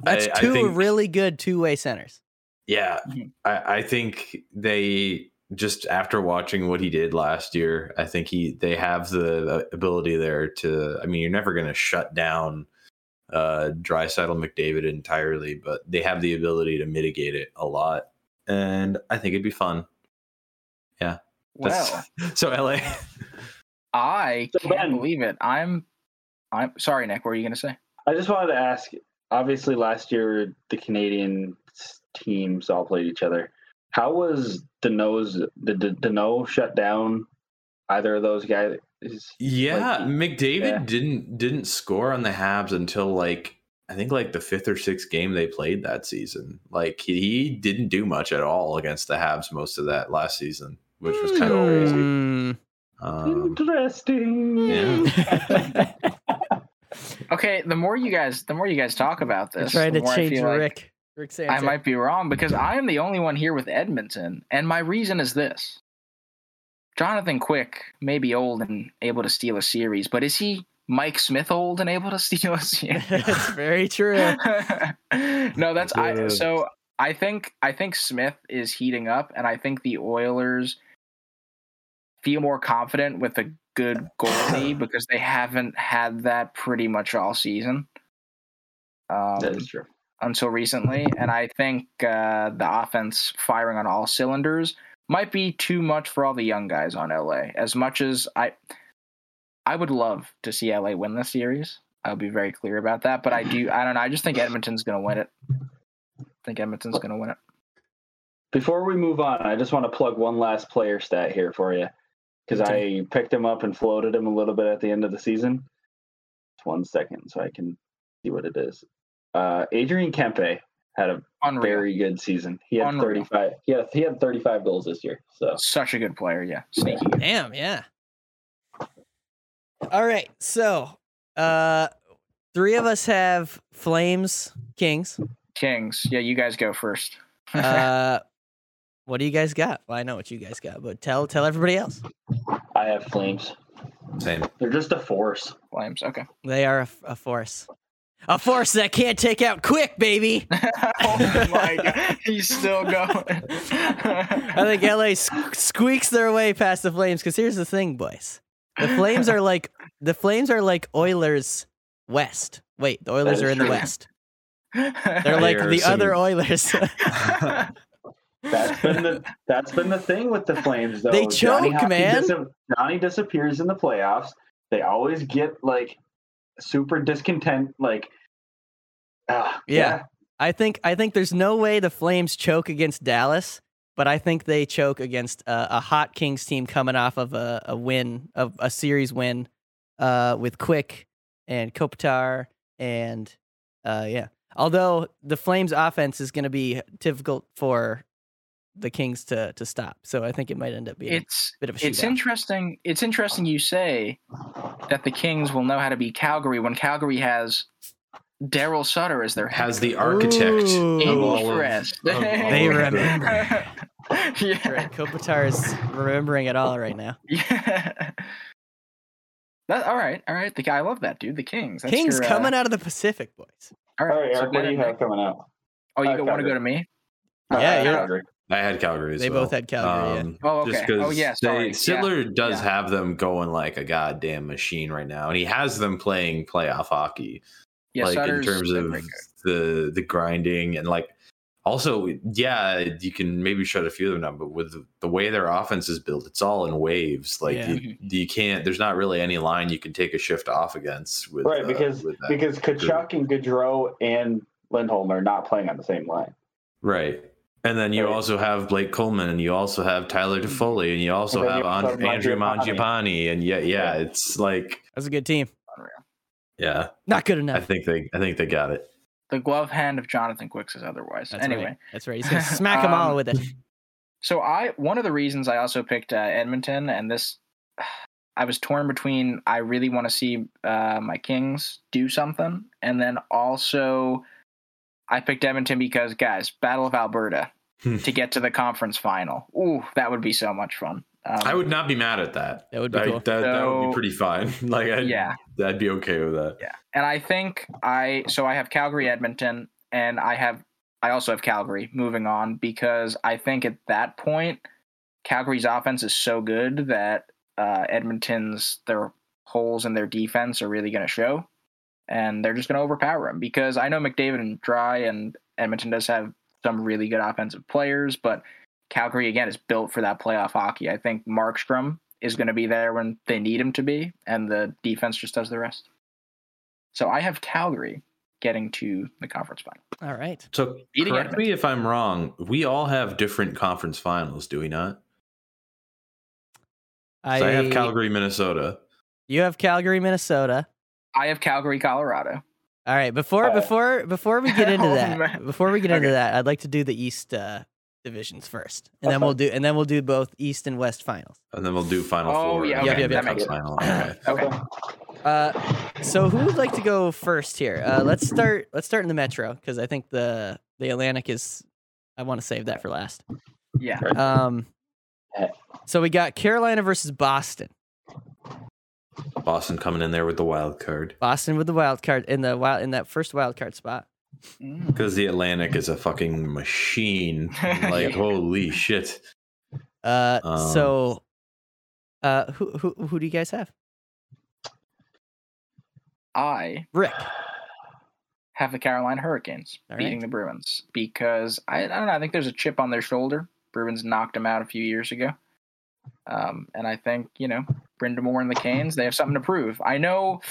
That's
I- I
two
think-
really good two way centers.
Yeah,
Mhm.
I, I think they just after watching what he did last year, I think he they have the uh, ability there to. I mean, you're never going to shut down uh Drysaddle McDavid entirely, but they have the ability to mitigate it a lot, and I think it'd be fun. That's-
Well,
So LA,
I
So,
can't
Ben-
believe it. I'm, I'm sorry, Nick. What were you going to say?
I just wanted to ask. Obviously, last year the Canadian s- teams all played each other. How was Deneau's did did Deneau shut down either of those guys?
yeah,
Like,
McDavid
yeah.
didn't didn't score on the Habs until like. I think like the fifth or sixth game they played that season. Like he- he didn't do much at all against the Habs most of that last season, which was kind
Hmm.
of crazy.
Mm.
Um,
Interesting.
Hmm.
Yeah.
Okay, the more you guys, the more you guys talk about
They're
this,
trying
the
to
more I
change
feel like-
Rick. Rick's answer.
I might be wrong because I am the only one here with Edmonton, and my reason is this: Jonathan Quick may be old and able to steal a series, but is he Mike Smith old and able to steal a series?
That's very true.
no, that's I.
Yeah.
So I think I think Smith is heating up, and I think the Oilers feel more confident with a good goalie because they haven't had that pretty much all season. Um,
That is true.
until recently, and I think uh, the offense firing on all cylinders might be too much for all the young guys on LA. As much as I, I would love to see LA win this series. I'll be very clear about that. But I do, I don't know. I just think Edmonton's going to win it. I think Edmonton's going to win it.
Before we move on, I just want to plug one last player stat here for you because I picked him up and floated him a little bit at the end of the season. Just one second so I can see what it is. Uh, Adrian Kempe had a
Unreal.
very good season. He had
Unreal.
35. Yeah, he had 35 goals this year. So
Such a good player. Yeah. Sneaky.
Damn, yeah. All right, so uh three of us have Flames Kings.
Kings. Yeah. You guys go first.
Uh what do you guys got? Well, I know what you guys got, but tell tell everybody else.
I have Flames.
Same.
They're just a force.
Flames. Okay.
They are a, a force. A force that can't take out quick, baby.
oh my God. He's still going.
I think LA sque- squeaks their way past the Flames because here's the thing, boys. The Flames are like the Flames are like Oilers West. Wait, the Oilers
is
are in the
true.
West. They're like
They're
the
some-
other Oilers.
That's been the that's been the thing with the Flames though.
They
Johnny
choke,
Hockey
man.
disap- Johnny disappears in the playoffs. They always get like super discontent. Like, ah,
Yeah. I think I think there's no way the Flames choke against Dallas, but I think they choke against uh, a hot Kings team coming off of a, a win of a series win uh, with Quick and Kopitar and uh, yeah. Although the Flames offense is going to be difficult for the Kings to to stop, so I think it might end up being
it's
a bit of a
it's
shootout.
interesting it's interesting you say that the kings will know how to beat calgary when calgary has daryl sutter as their head
Has the architect.
Ooh.
of all of-
Interest.
of all
They
of the-
remember.
yeah,
Right, Kopitar is remembering it all right now.
yeah. That, all right all right the guy i love that dude the kings That's
Kings
your, uh,
coming out of the Pacific, boys.
all
All
right,
right,
so
Eric, what do you
Nick-
have coming out?
oh you
Uh,
want to go
Calgary.
to me
Yeah, you're-
Calgary.
I had Calgary as
They
well.
both had Calgary,
Um,
oh okay
Just because
oh yeah
they,
sorry yeah.
Sittler does
Yeah.
have them going like a goddamn machine right now, and he has them playing playoff hockey,
yeah
like
Sutter's
in terms
been
of
pretty good.
the the grinding and like also, yeah, you can maybe shut a few of them down, but with the way their offense is built, it's all in waves. Like
Yeah.
you, you can't. There's not really any line you can take a shift off against. With,
Right,
uh,
because
with that.
because Kachuk and Gaudreau and Lindholm are not playing on the same line.
Right. And then you
Right. Mm-hmm.
also have Blake Coleman, and you also have Tyler DeFoley, and you also
And then
have
you also
Andre,
have
Andrew
Mangiapane.
Mangiapane, and yeah, yeah,
Yeah.
it's like,
That was a good team.
yeah,
Not good
I
enough.
think they, I think they got it.
the glove hand of jonathan quicks is otherwise
That's
anyway
right. That's right. He's gonna smack them all
Um,
with it.
So I one of the reasons I also picked uh, Edmonton and this I was torn between I really want to see uh, my Kings do something and then also I picked Edmonton because guys, Battle of Alberta to get to the conference final. Ooh, that would be so much fun. Um,
I would not be mad at that.
That would be
I,
cool.
that, that would be
So-
pretty fine. Like, I'd,
Yeah.
I'd be okay with that.
And I think I so I have Calgary, Edmonton, and I have I also have Calgary moving on because I think at that point Calgary's offense is so good that uh, Edmonton's their holes in their defense are really going to show, and they're just going to overpower them because I know McDavid and Dry and Edmonton does have some really good offensive players, but Calgary again is built for that playoff hockey. I think Markstrom is going to be there when they need him to be, and the defense just does the rest. So I have Calgary getting to the conference final.
All right.
So,
Beating
correct me if I'm wrong. We all have different conference finals, do we not?
I,
So I have Calgary, Minnesota.
You have Calgary, Minnesota.
I have Calgary, Colorado.
All right. Before
Uh,
before before we get into
oh,
that,
man.
before we get into
Okay.
that, I'd like to do the East uh, divisions first, and
That's
then we'll do and then we'll do both East and West finals.
And then we'll do Final
Oh,
Four.
yeah,
and
okay, that
then Cup
makes
final.
sense.
Okay.
Okay.
Uh, so who would like to go first here? Uh, let's start. Let's start in the Metro because I think the the Atlantic is. I want to save that for last.
Yeah.
Um,
Yeah.
so we got Carolina versus Boston.
Boston coming in there with the wild card.
Boston with the wild card in the wild in that first wild card spot.
Mm.
Because the Atlantic is a fucking machine.
Yeah.
Like, holy shit.
Uh,
Um,
so Uh, who who who do you guys have?
I
Rick.
have the Carolina Hurricanes
All
beating
right.
the Bruins because I, I don't know. I think there's a chip on their shoulder. Bruins knocked them out a few years ago, um, and I think you know Brenda Moore and the Canes they have something to prove. I know,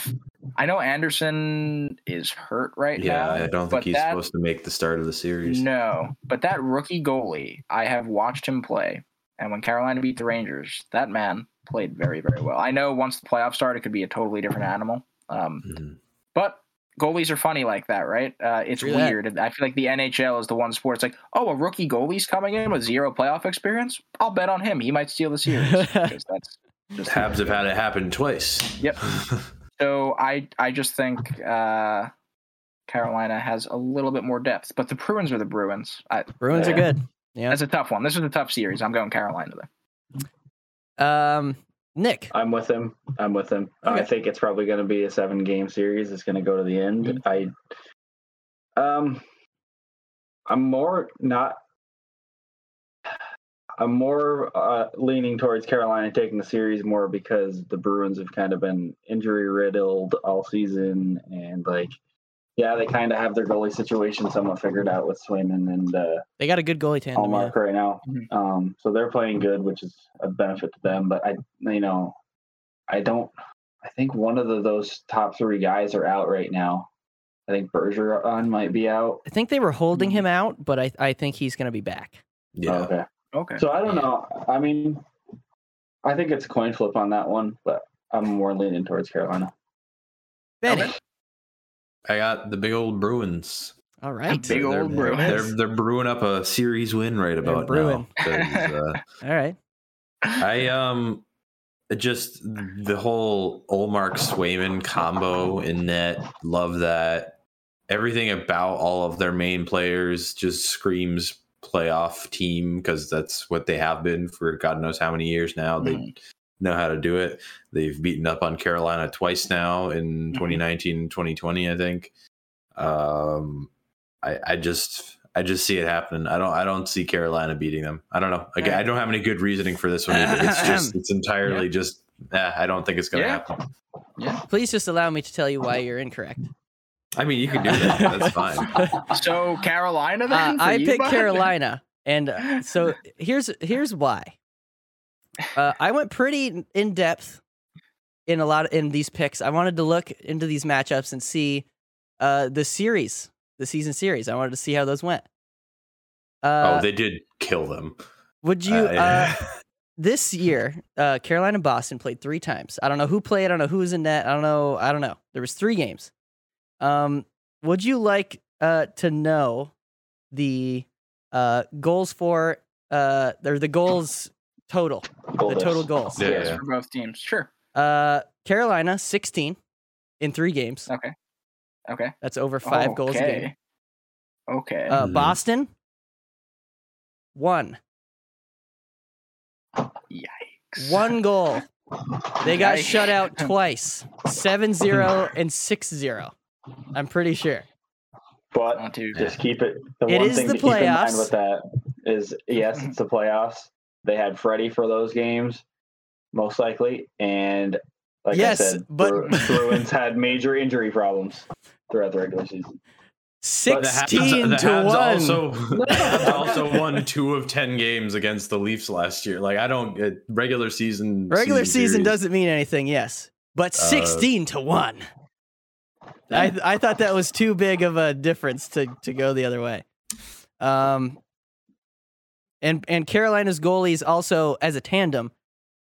I know Anderson is hurt right
yeah,
now.
I
but
don't think he's
that-
supposed to make the start of the series.
No, but that rookie goalie, I have watched him play, and when Carolina beat the Rangers, that man played very very well. I know once the playoffs start, it could be a totally different animal. Um,
Mhm.
but goalies are funny like that, right? Uh, it's
True that.
weird. I feel like the NHL is the one sport. It's like, oh, a rookie goalie's coming in with zero playoff experience. I'll bet on him. He might steal the series. 'Cause that's just
Habs have had it happen twice.
Yep. so. I I just think uh, Carolina has a little bit more depth, but the Bruins are the Bruins. I,
Bruins are
Yeah.
good. Yeah.
that's a tough one. This is a tough series. I'm going Carolina though.
Um, Nick.
I'm with him. I'm with him. I
Okay.
think it's probably going to be a seven game series. It's going to go to the end. I, um, I'm more not. I'm more uh, leaning towards Carolina taking the series more because the Bruins have kind of been injury riddled all season, and like, yeah, they kind of have their goalie situation somewhat figured out with Swayman and uh,
They got a good goalie tandem. yeah.
Allmark right now.
Mhm.
Mm-hmm.
Um, so they're playing good, which is a benefit to them. But I, you know, I don't. I think one of the, those top three guys are out right now. I think Bergeron might be out.
I think they were holding him out, but I I think he's gonna be back.
Yeah.
Oh,
Oh.
Okay.
Okay.
So I don't know. I mean, I think it's a coin flip on that one, but I'm more leaning towards Carolina.
Benny.
I got the big old Bruins.
All right.
Big old
they're,
Bruins.
They're, they're brewing up a series win right about
brewing.
now. 'Cause, uh,
All right.
I um just the whole Olmark Swayman combo in net, love that. Everything about all of their main players just screams playoff team because that's what they have been for God knows how many years now. They
Mhm.
know how to do it. They've beaten up on Carolina twice now in
Mhm.
2019 and 2020, I think. Um, I, I just I just see it happening. I don't I don't see Carolina beating them. I don't know. Again, I don't have any good reasoning for this one. Either. It's just it's entirely just. eh, I don't think it's going to
Yeah.
happen.
Please just allow me to tell you why you're incorrect.
I mean, you can do that. That's fine.
So Carolina
Uh,
then. for
I
you,
picked
bud?
Carolina, and uh, so here's here's why. Uh, I went pretty in depth in a lot in these picks. I wanted to look into these matchups and see uh, the series, the season series. I wanted to see how those went. Uh,
oh, they did kill them.
would you?
I-
Uh, this year, uh, Carolina and Boston played three times. I don't know who played. I don't know who was in net. I don't know. I don't know. There was three games. Um, would you like uh, to know the uh, goals for uh, or the goals total, the
Goal
total
diffs.
goals?
Yeah,
Yes,
yeah.
for both teams. Sure.
Uh, Carolina sixteen in three games.
Okay. Okay.
That's over five
Five
goals a game.
Okay.
Uh,
Mhm.
Boston one.
Yikes.
One goal. They got
Yikes.
shut out twice 7 0 and 6 0. I'm pretty sure.
But
Not too-
just keep it. The
It
one
is
thing
the
to keep in mind
playoffs.
with that is yes, it's the playoffs. They had Freddie for those games, most likely, and like
Yes,
I said,
but-
Bru- Bruins had major injury problems throughout the regular season.
But the Habs-
16
the
to
Habs
1.
Also, the Habs also won two of ten games against the Leafs last year. Like I don't uh, regular season.
Regular season
series-
doesn't mean anything, yes. But
Uh,
16 to 1. I, I thought that was too big of a difference to, to go the other way. Um, and and Carolina's goalies also as a tandem,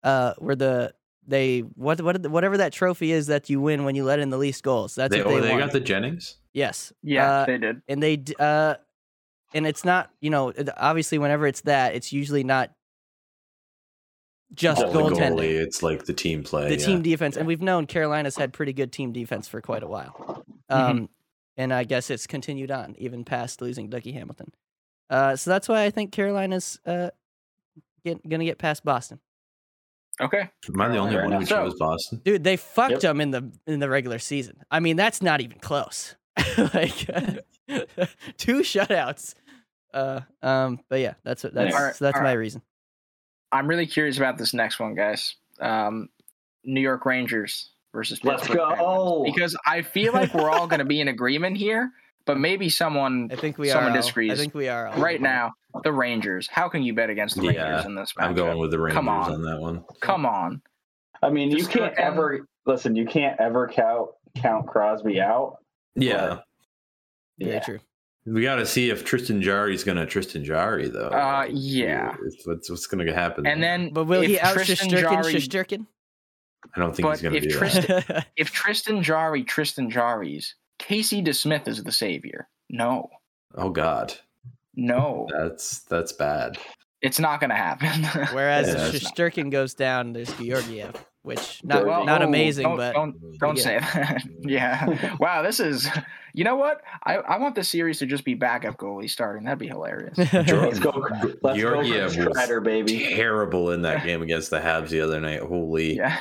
uh, were the they what what whatever that trophy is that you win when you let in the least goals. That's
They,
what they,
oh, they
won.
got the Jennings.
yes,
Yeah,
Uh,
they did.
and they d- uh and it's not you know it- obviously whenever it's that it's usually not just
All
the
goaltending
goalie. It's like the team play.
the
yeah.
team defense and we've known carolina's had pretty good team defense for quite a while
Mm-hmm.
um and i guess it's continued on even past losing ducky hamilton uh so that's why i think carolina's uh get, gonna get past boston
Okay.
Am I the only
Fair
one who
enough. So-
chose Boston?
dude they fucked
Yep.
them in the in the regular season i mean that's not even close like two shutouts uh um but yeah that's what that's
Alright,
so that's my
alright.
reason
I'm really curious about this next one, guys, um, New York Rangers versus
Let's
Pittsburgh Penguins.
go.
because I feel like we're all going to be in agreement here, but maybe someone
I think we
Someone
are. all- I
disagrees.
think we are all.
right now, the Rangers. How can you bet against the
Yeah,
Rangers in this matchup?
I'm going with the Rangers
Come
on.
on.
that one.
Come on.
I mean, you
Just
can't
go down.
ever listen. You can't ever count count Crosby out.
Yeah,
Very true.
we got to see if Tristan Jari's going to Tristan Jari though.
Uh, yeah.
If- what's what's going to happen?
And then,
But will
if
he out
Tristan
Shosturkin?
Jari-
Shosturkin?
I don't think
but
he's going to
if
do that.
Tristan- if Tristan Jari, Tristan Jari's, Casey DeSmith is the savior. No,
Oh God,
no,
that's that's bad.
it's not going to happen.
Whereas
Yeah,
if
it's not.
Shosturkin goes down, there's Georgiev, which not
Well,
not
oh,
amazing,
don't-
but
don't don't
Yeah.
say that. yeah. Wow, this is. You know what? I, I want this series to just be backup goalie starting. That'd be hilarious.
Let's go. Let's
Georgiev
go.
was
Strider, baby.
terrible in that game against the Habs the other night. Holy.
Yeah.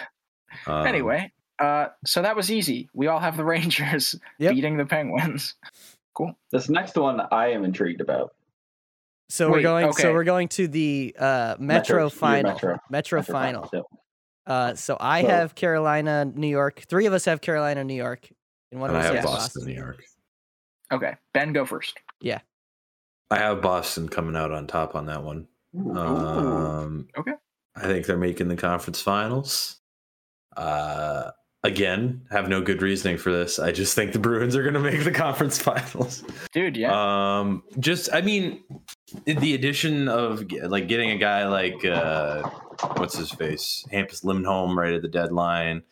um,
Anyway, uh, so that was easy. We all have the Rangers
Yep.
beating the Penguins. Cool.
This next one, I am intrigued about.
so we're
Wait,
going. So
okay.
we're going to the uh,
Metro-
Metro
your
final.
Metro-
Metro,
Metro
final.
Finals,
Uh, so I
So-
have Carolina, New York. Three of us have Carolina, New York, and one
And
of
I
us
have
has
Boston,
Boston.
New York.
Okay, Ben, go first.
I have Boston coming out on top on that one.
yeah.
Um,
Okay.
I think they're making the conference finals. Uh, again, have no good reasoning for this. I just think the Bruins are going to make the conference finals.
Dude, yeah.
Um, just I mean, the addition of like getting a guy like uh, what's his face Hampus Lindholm right at the deadline.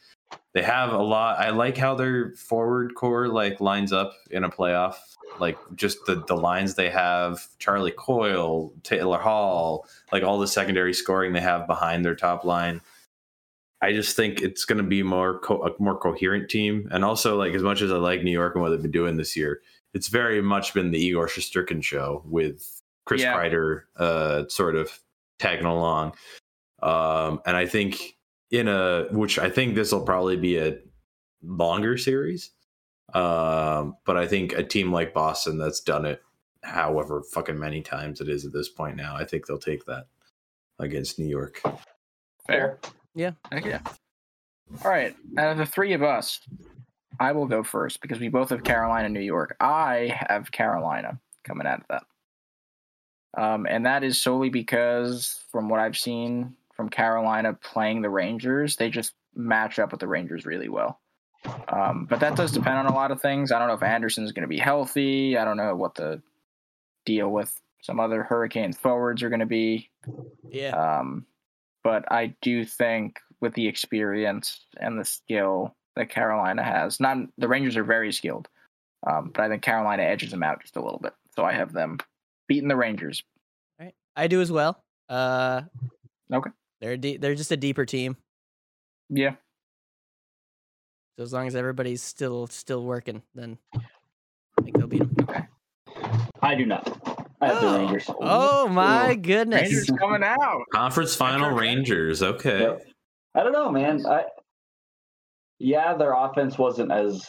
They have a lot. I like how their forward core like lines up in a playoff. Like just the the lines they have: Charlie Coyle, Taylor Hall, like all the secondary scoring they have behind their top line. I just think it's going to be more co- a more coherent team, and also like as much as I like New York and what they've been doing this year, it's very much been the Igor Shosturkin show with Chris
Yeah.
Kreider uh, sort of tagging along. Um, and I think in a which I think this will probably be a longer series. Um, but I think a team like Boston that's done it however fucking many times it is at this point now, I think they'll take that against New York.
Fair.
Yeah.
Heck yeah. All right. Out of the three of us, I will go first because we both have Carolina, New York. I have Carolina coming out of that. Um, and that is solely because, from what I've seen from Carolina playing the Rangers, they just match up with the Rangers really well. Um, but that does depend on a lot of things. I don't know if Anderson's going to be healthy. I don't know what the deal with some other Hurricanes forwards are going to be.
Yeah.
Um, but I do think with the experience and the skill that Carolina has, not the Rangers are very skilled, um, but I think Carolina edges them out just a little bit. So I have them beating the Rangers.
All right. I do as well. Uh,
Okay.
They're de- they're just a deeper team.
Yeah,
So as long as everybody's still still working, then I think they'll beat them.
I do not. I have
Oh.
the Rangers.
Oh my
Ooh.
goodness!
Rangers coming out.
Conference final Rangers. Okay.
Yep. I don't know, man. I yeah, their offense wasn't as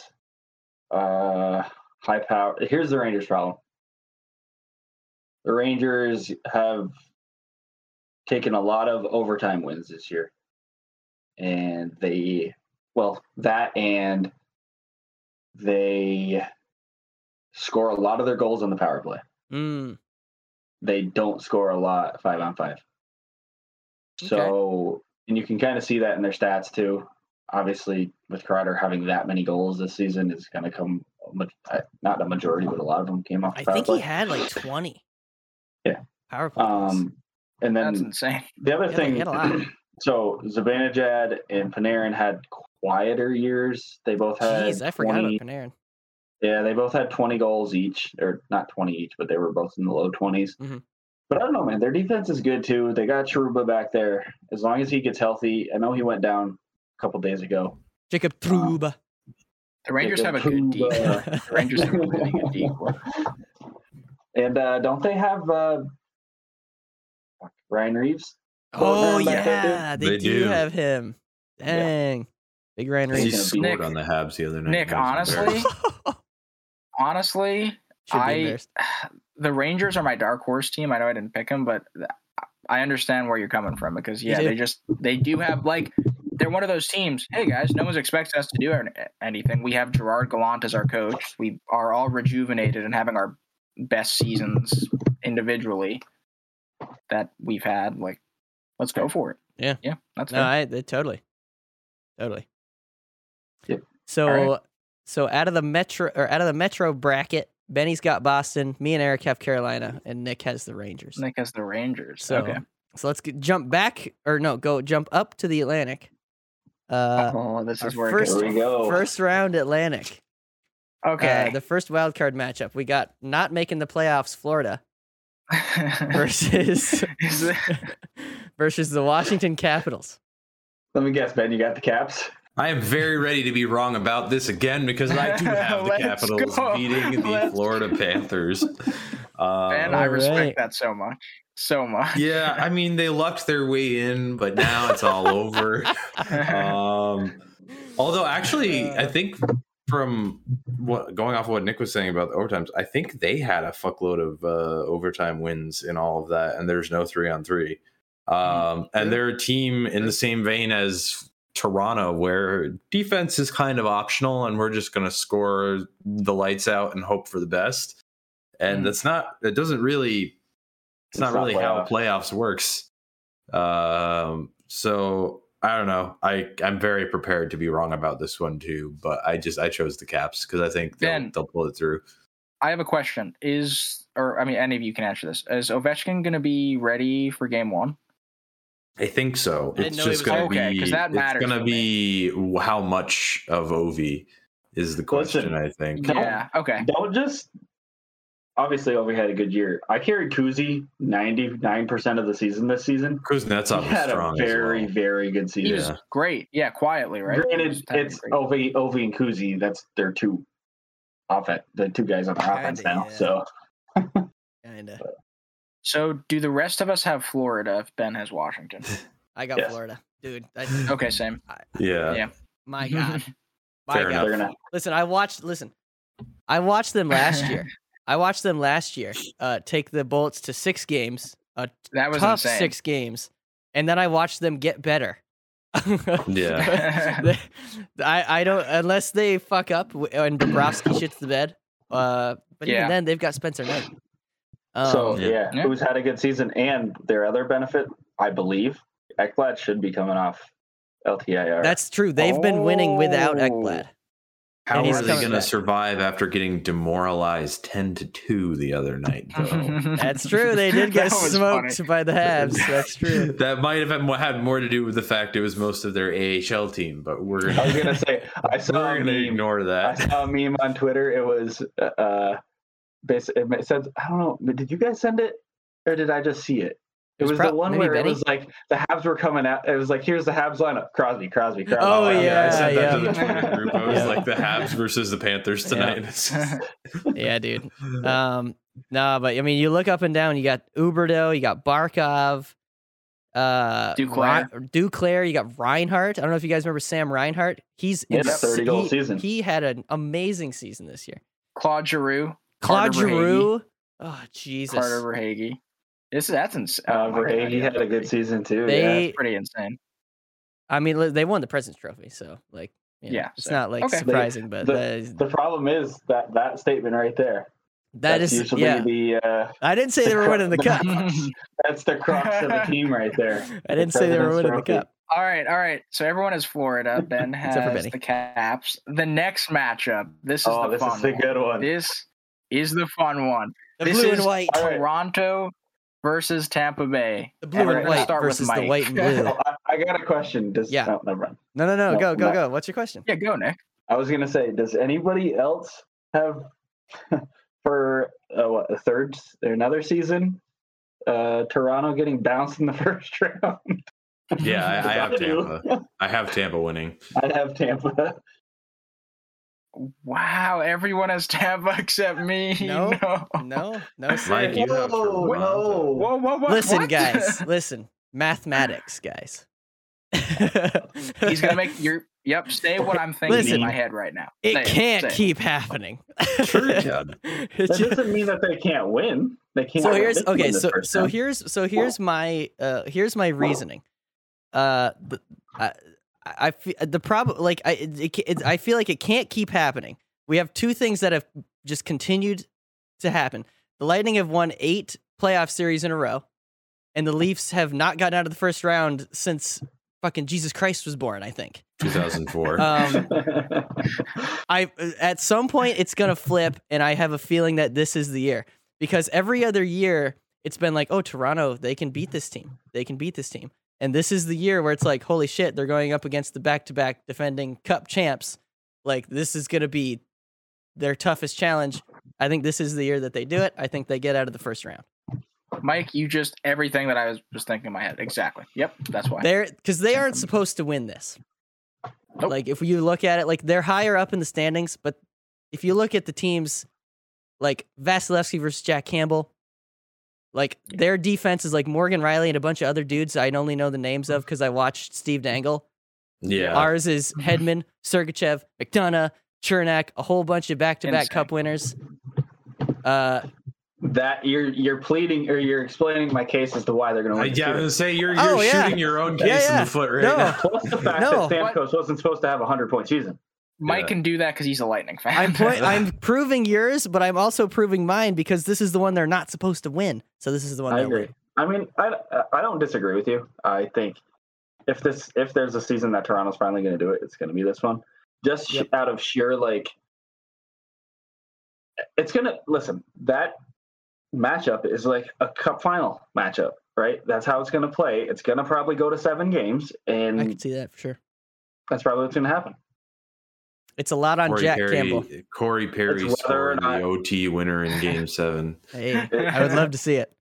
uh high power. Here's the Rangers problem. The Rangers have taken a lot of overtime wins this year. And they well, that and they score a lot of their goals on the power play
Mm,
they don't score a lot five on five. So, and you can kind of see that in their stats too. Obviously, with Crowder having that many goals this season, it's going to come a ma- uh, not a majority, but a lot of them came off.
I
the power
think he
play.
had like twenty.
Yeah.
Power play. goals.
Um, and
That's
then
insane.
the other
Yeah, they had a lot.
thing, so Zibanejad and Panarin had quieter years. They both had
Jeez, I forgot
20
about Panarin.
Yeah, they both had 20 goals each, or not 20 each, but they were both in the low 20s.
Mhm.
But I don't know, man. Their defense is good too. They got Cheruba back there. As long as he gets healthy, I know he went down a couple days ago.
Jacob Truba.
The Rangers
Jacob
have a good D.
Truba.
uh,
The Rangers have a really good D.
And uh, don't they have uh, fuck, Ryan Reeves?
oh
Back there, dude?
yeah, they,
They
do,
do.
have him. Dang, big Ryan
He
Reeves.
He's-
scored
Nick-
on the Habs the other night.
Nick,
That was
honestly,
embarrassing.
Honestly,
Should be
I-
embarrassed.
the Rangers are my dark horse team. I know I didn't pick them, but I understand where you're coming from because yeah,
do.
they just they do have like they're one of those teams. Hey guys, no one's expecting us to do an- anything. We have Gerard Gallant as our coach. We are all rejuvenated and having our best seasons individually that we've had. Like, let's go for it.
Yeah.
yeah, that's
No,
fair.
I, I- totally, totally.
Yep.
So,
Alright.
so out of the metro or out of the metro bracket, Benny's got Boston. Me and Eric have Carolina, and Nick has the Rangers.
Nick has the Rangers.
So,
okay.
so let's get, jump back or no, go jump up to the Atlantic. Uh,
oh, this
our
is where it
first-
There
gets-
we go.
first round Atlantic.
Oh. okay.
Uh, the first wild card matchup. We got not making the playoffs, Florida versus
Is it-
versus the Washington Capitals.
Let me guess, Ben. You got the Caps.
I am very ready to be wrong about this again because I do have the
Let's
Capitals
go.
beating the
Let's-
Florida Panthers. Uh,
Man, I respect
Alright.
that so much. So much.
yeah, I mean they lucked their way in, but now it's all over. Um, although actually, I think from what going off what Nick was saying about the overtimes, I think they had a fuckload of uh, overtime wins in all of that, and there's no three on three.
Mm,
Um, and they're a team in the same vein as Toronto, where defense is kind of optional, and we're just going to score the lights out and hope for the best. And
Mhm.
that's not. It doesn't really. It's,
Mm. It's
not,
not
really how playoffs works. Um. So I don't know. I I'm very prepared to be wrong about this one too, but I just I chose the Caps because I think they'll
Ben.
they'll pull it through.
I have a question. Is or I mean any of you can answer this. Is Ovechkin gonna be ready for game one?
I think so.
I didn't
It's
know he
just
was
going to
out. Okay,
be
'cause that matters
It's going
for
to
me.
be how much of Ovi is the question.
Listen,
I
Mm.
think.
No.
Yeah. Okay.
Don't just. Obviously, Ovi had a good year. I carried Kuzi 99% of the season this season.
Kuznetsov was
he had a
strong. as
very,
well.
very good
He
season.
was great. Yeah, quietly, right? He was
Granted,
having
it's
great-
Ovi, Ovi and Kuzi. That's their two offense, the two guys on the offense
Kinda,
now.
yeah.
So
Kinda.
So do the rest of us have Florida if Ben has Washington?
I got
Yes.
Florida, dude. I,
Okay, same.
Yeah.
Yeah.
my God, my God.
Fair enough.
they're gonna.
Listen, I watched. Listen, I watched them last year. I watched them last year. Uh, take the Bullets to six games, a
That was
tough
insane.
six games, and then I watched them get better.
Yeah.
They- I I don't unless they fuck up w- and Bobrovsky shits the bed. Uh, but
Yeah.
even then they've got Spencer Knight. Um,
so
yeah.
yeah,
Yeah.
who's had a good season and their other benefit, I believe, Ekblad should be coming off LTIR.
Um, that's true. They've been winning without
Oh.
Ekblad.
How
And he's
are they
coming
going to
back.
survive after getting demoralized ten to two the other night?
Mm-hmm.
Though
That's true. They did get
That was
smoked by the Habs. That's true.
that might have had more- had more to do with the fact it was most of their AHL team, but we're
I was
gonna,
gonna say I saw
we're
a
gonna
meme.
ignore
I
that.
saw a meme on Twitter. It was uh, basically it said I don't know. but Did you guys send it or did I just see it? It
was
was the
prob-
one
maybe
where
Benny?
it was like the Habs were coming out. It was like here's the Habs lineup: Crosby, Crosby, Crosby.
Oh,
Crosby.
I sent that to
yeah.
the Twitter group. I was
Yeah.
like the Habs versus the Panthers tonight.
Yeah, dude. Um, nah, but I mean, you look up and down. You got Uberdo. You got Barkov. Uh,
Duclair.
Ri- Duclair. You got Reinhardt. I don't know if you guys remember Sam Reinhardt. He's
He had a
ins-
30 goal
he-
season.
He had an amazing season this year.
Claude Giroux,
Claude
Carter Verhage.
Giroux. Oh Jesus!
Carter Verhage. This is that's insane.
Uh, Verhage had a good season too.
They-
yeah.
Pretty insane.
I mean, li- they won the President's Trophy, so like, you know,
Yeah,
it's
so-
not like
okay. They-
surprising, but
the-
that is-
The problem is that that statement right there.
that
that's
is,
usually
yeah.
the. Uh,
I didn't say they were winning the cup.
that's the crux of the team right there.
I didn't say they were
President's
winning the
Trophy.
cup.
All right, all right. So everyone has Florida. Ben
Except for
has
Benny.
the Caps. The next matchup. This is
Oh,
the
this
fun
is a
one.
good one.
This is the fun one.
The
This
blue and
is-
white.
All right.
Toronto versus Tampa Bay.
The blue
we're
and
gonna
white
start with
versus the
Mike.
white and blue.
Oh, I, I got a question. Does
Yeah.
no, never mind.
No, no, no.
No,
Go, go,
no.
go. What's your question?
Yeah, go Nick.
I was gonna say, does anybody else have for uh, what a third another season? Uh, Toronto getting bounced in the first round.
Yeah, I, I have
I do.
Tampa. I have Tampa winning.
I'd have Tampa.
Wow, everyone has Tampa except me.
No. No, no,
Mike,
sir.
you have
Whoa,
Toronto.
no.
Whoa, whoa, whoa.
Listen,
what?
guys. Listen, mathematics, guys.
He's gonna make your yep. Say what I'm thinking
Listen,
in my head right now.
It
Say
can't
say
keep happening.
Sure, John.
It
That
ju-
doesn't mean that they can't win. They can't.
so
win.
here's
They can win
okay
this
so
first
so
time.
here's so here's my uh here's my reasoning uh the, i i I fe- the problem like i it, it, ca- it, i feel like it can't keep happening we have two things that have just continued to happen the lightning have won eight playoff series in a row and the leafs have not gotten out of the first round since fucking jesus christ was born i think
2004.
um I at some point it's gonna flip, and I have a feeling that this is the year because every other year it's been like, oh, Toronto, they can beat this team, they can beat this team, and this is the year where it's like, holy shit, they're going up against the back-to-back defending Cup champs. Like this is gonna be their toughest challenge. I think this is the year that they do it. I think they get out of the first round.
Mike, you just everything that I was just thinking in my head. Exactly. Yep. That's why.
They're because they aren't supposed to win this.
Nope.
Like if you look at it, like they're higher up in the standings, but if you look at the teams, like Vasilevsky versus Jack Campbell, like their defense is like Morgan Riley and a bunch of other dudes I only know the names
Mm-hmm.
of because I watched Steve Dangle.
yeah.
Ours is Hedman, Sergachev, McDonough, Chernak, a whole bunch of back-to-back
Insane.
Cup winners. Uh,
that you're you're pleading or you're explaining my case as to why they're going to
I,
win.
yeah, I was
too.
gonna say you're, you're
Oh, yeah.
shooting your own
Yeah,
case in
yeah.
the foot right
no,
now.
Plus the fact
No.
that Stamkos wasn't supposed to have a hundred point season.
Mike
Yeah.
can do that because he's a Lightning fan.
I'm point, I'm proving yours, but I'm also proving mine because this is the one they're not supposed to win. So this is the one
I
they'll
agree.
win.
I mean, I I don't disagree with you. I think if this if there's a season that Toronto's finally going to do it, it's going to be this one. Just sh-
Yep.
out of sheer like, it's gonna listen. That matchup is like a cup final matchup, right? That's how it's going to play. It's going to probably go to seven games,
I
and
can see that for sure.
that's probably what's going to happen.
It's a lot on Jack
Perry,
Campbell.
Corey Perry
It's whether or
scored
not-
the OT winner in Game Seven.
Hey, I would love to see it.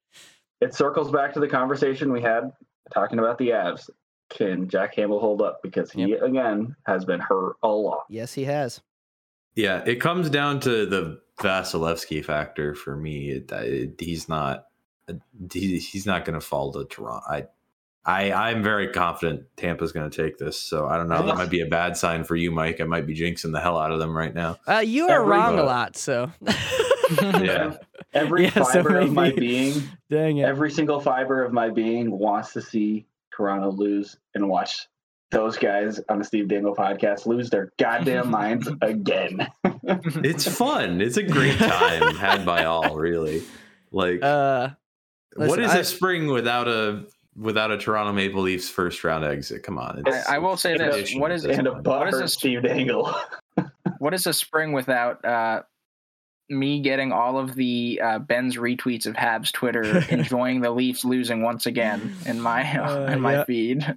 It circles back to the conversation we had talking about the Avs. Can Jack Campbell hold up? Because he again has been hurt a lot.
Yes, he has.
Yeah, it comes down to the Vasilevsky factor for me. It, it, he's not uh, he, he's not going to fall to Toronto. I I I'm very confident Tampa's going to take this. So I don't know. That might be a bad sign for you, Mike. I might be jinxing the hell out of them right now.
Uh, you are wrong a
Everybody.
lot, so.
Yeah,
Every
Yeah, so
fiber of my
maybe-
being,
Dang it.
every single fiber of my being wants to see Toronto lose and watch those guys on the Steve Dangle podcast lose their goddamn minds again.
it's fun. It's a great time had by all. Really, like
Uh,
what
listen,
is
I-
a spring without a without a Toronto Maple Leafs first round exit? Come on, it's,
I, I will say this:
Tradition
what
at
is
this
and a
point.
What is
butthurt
this-
Steve Dangle.
what is a spring without uh, me getting all of the uh, Ben's retweets of Habs Twitter, enjoying the Leafs losing once again in my
Uh,
in my
yeah.
feed?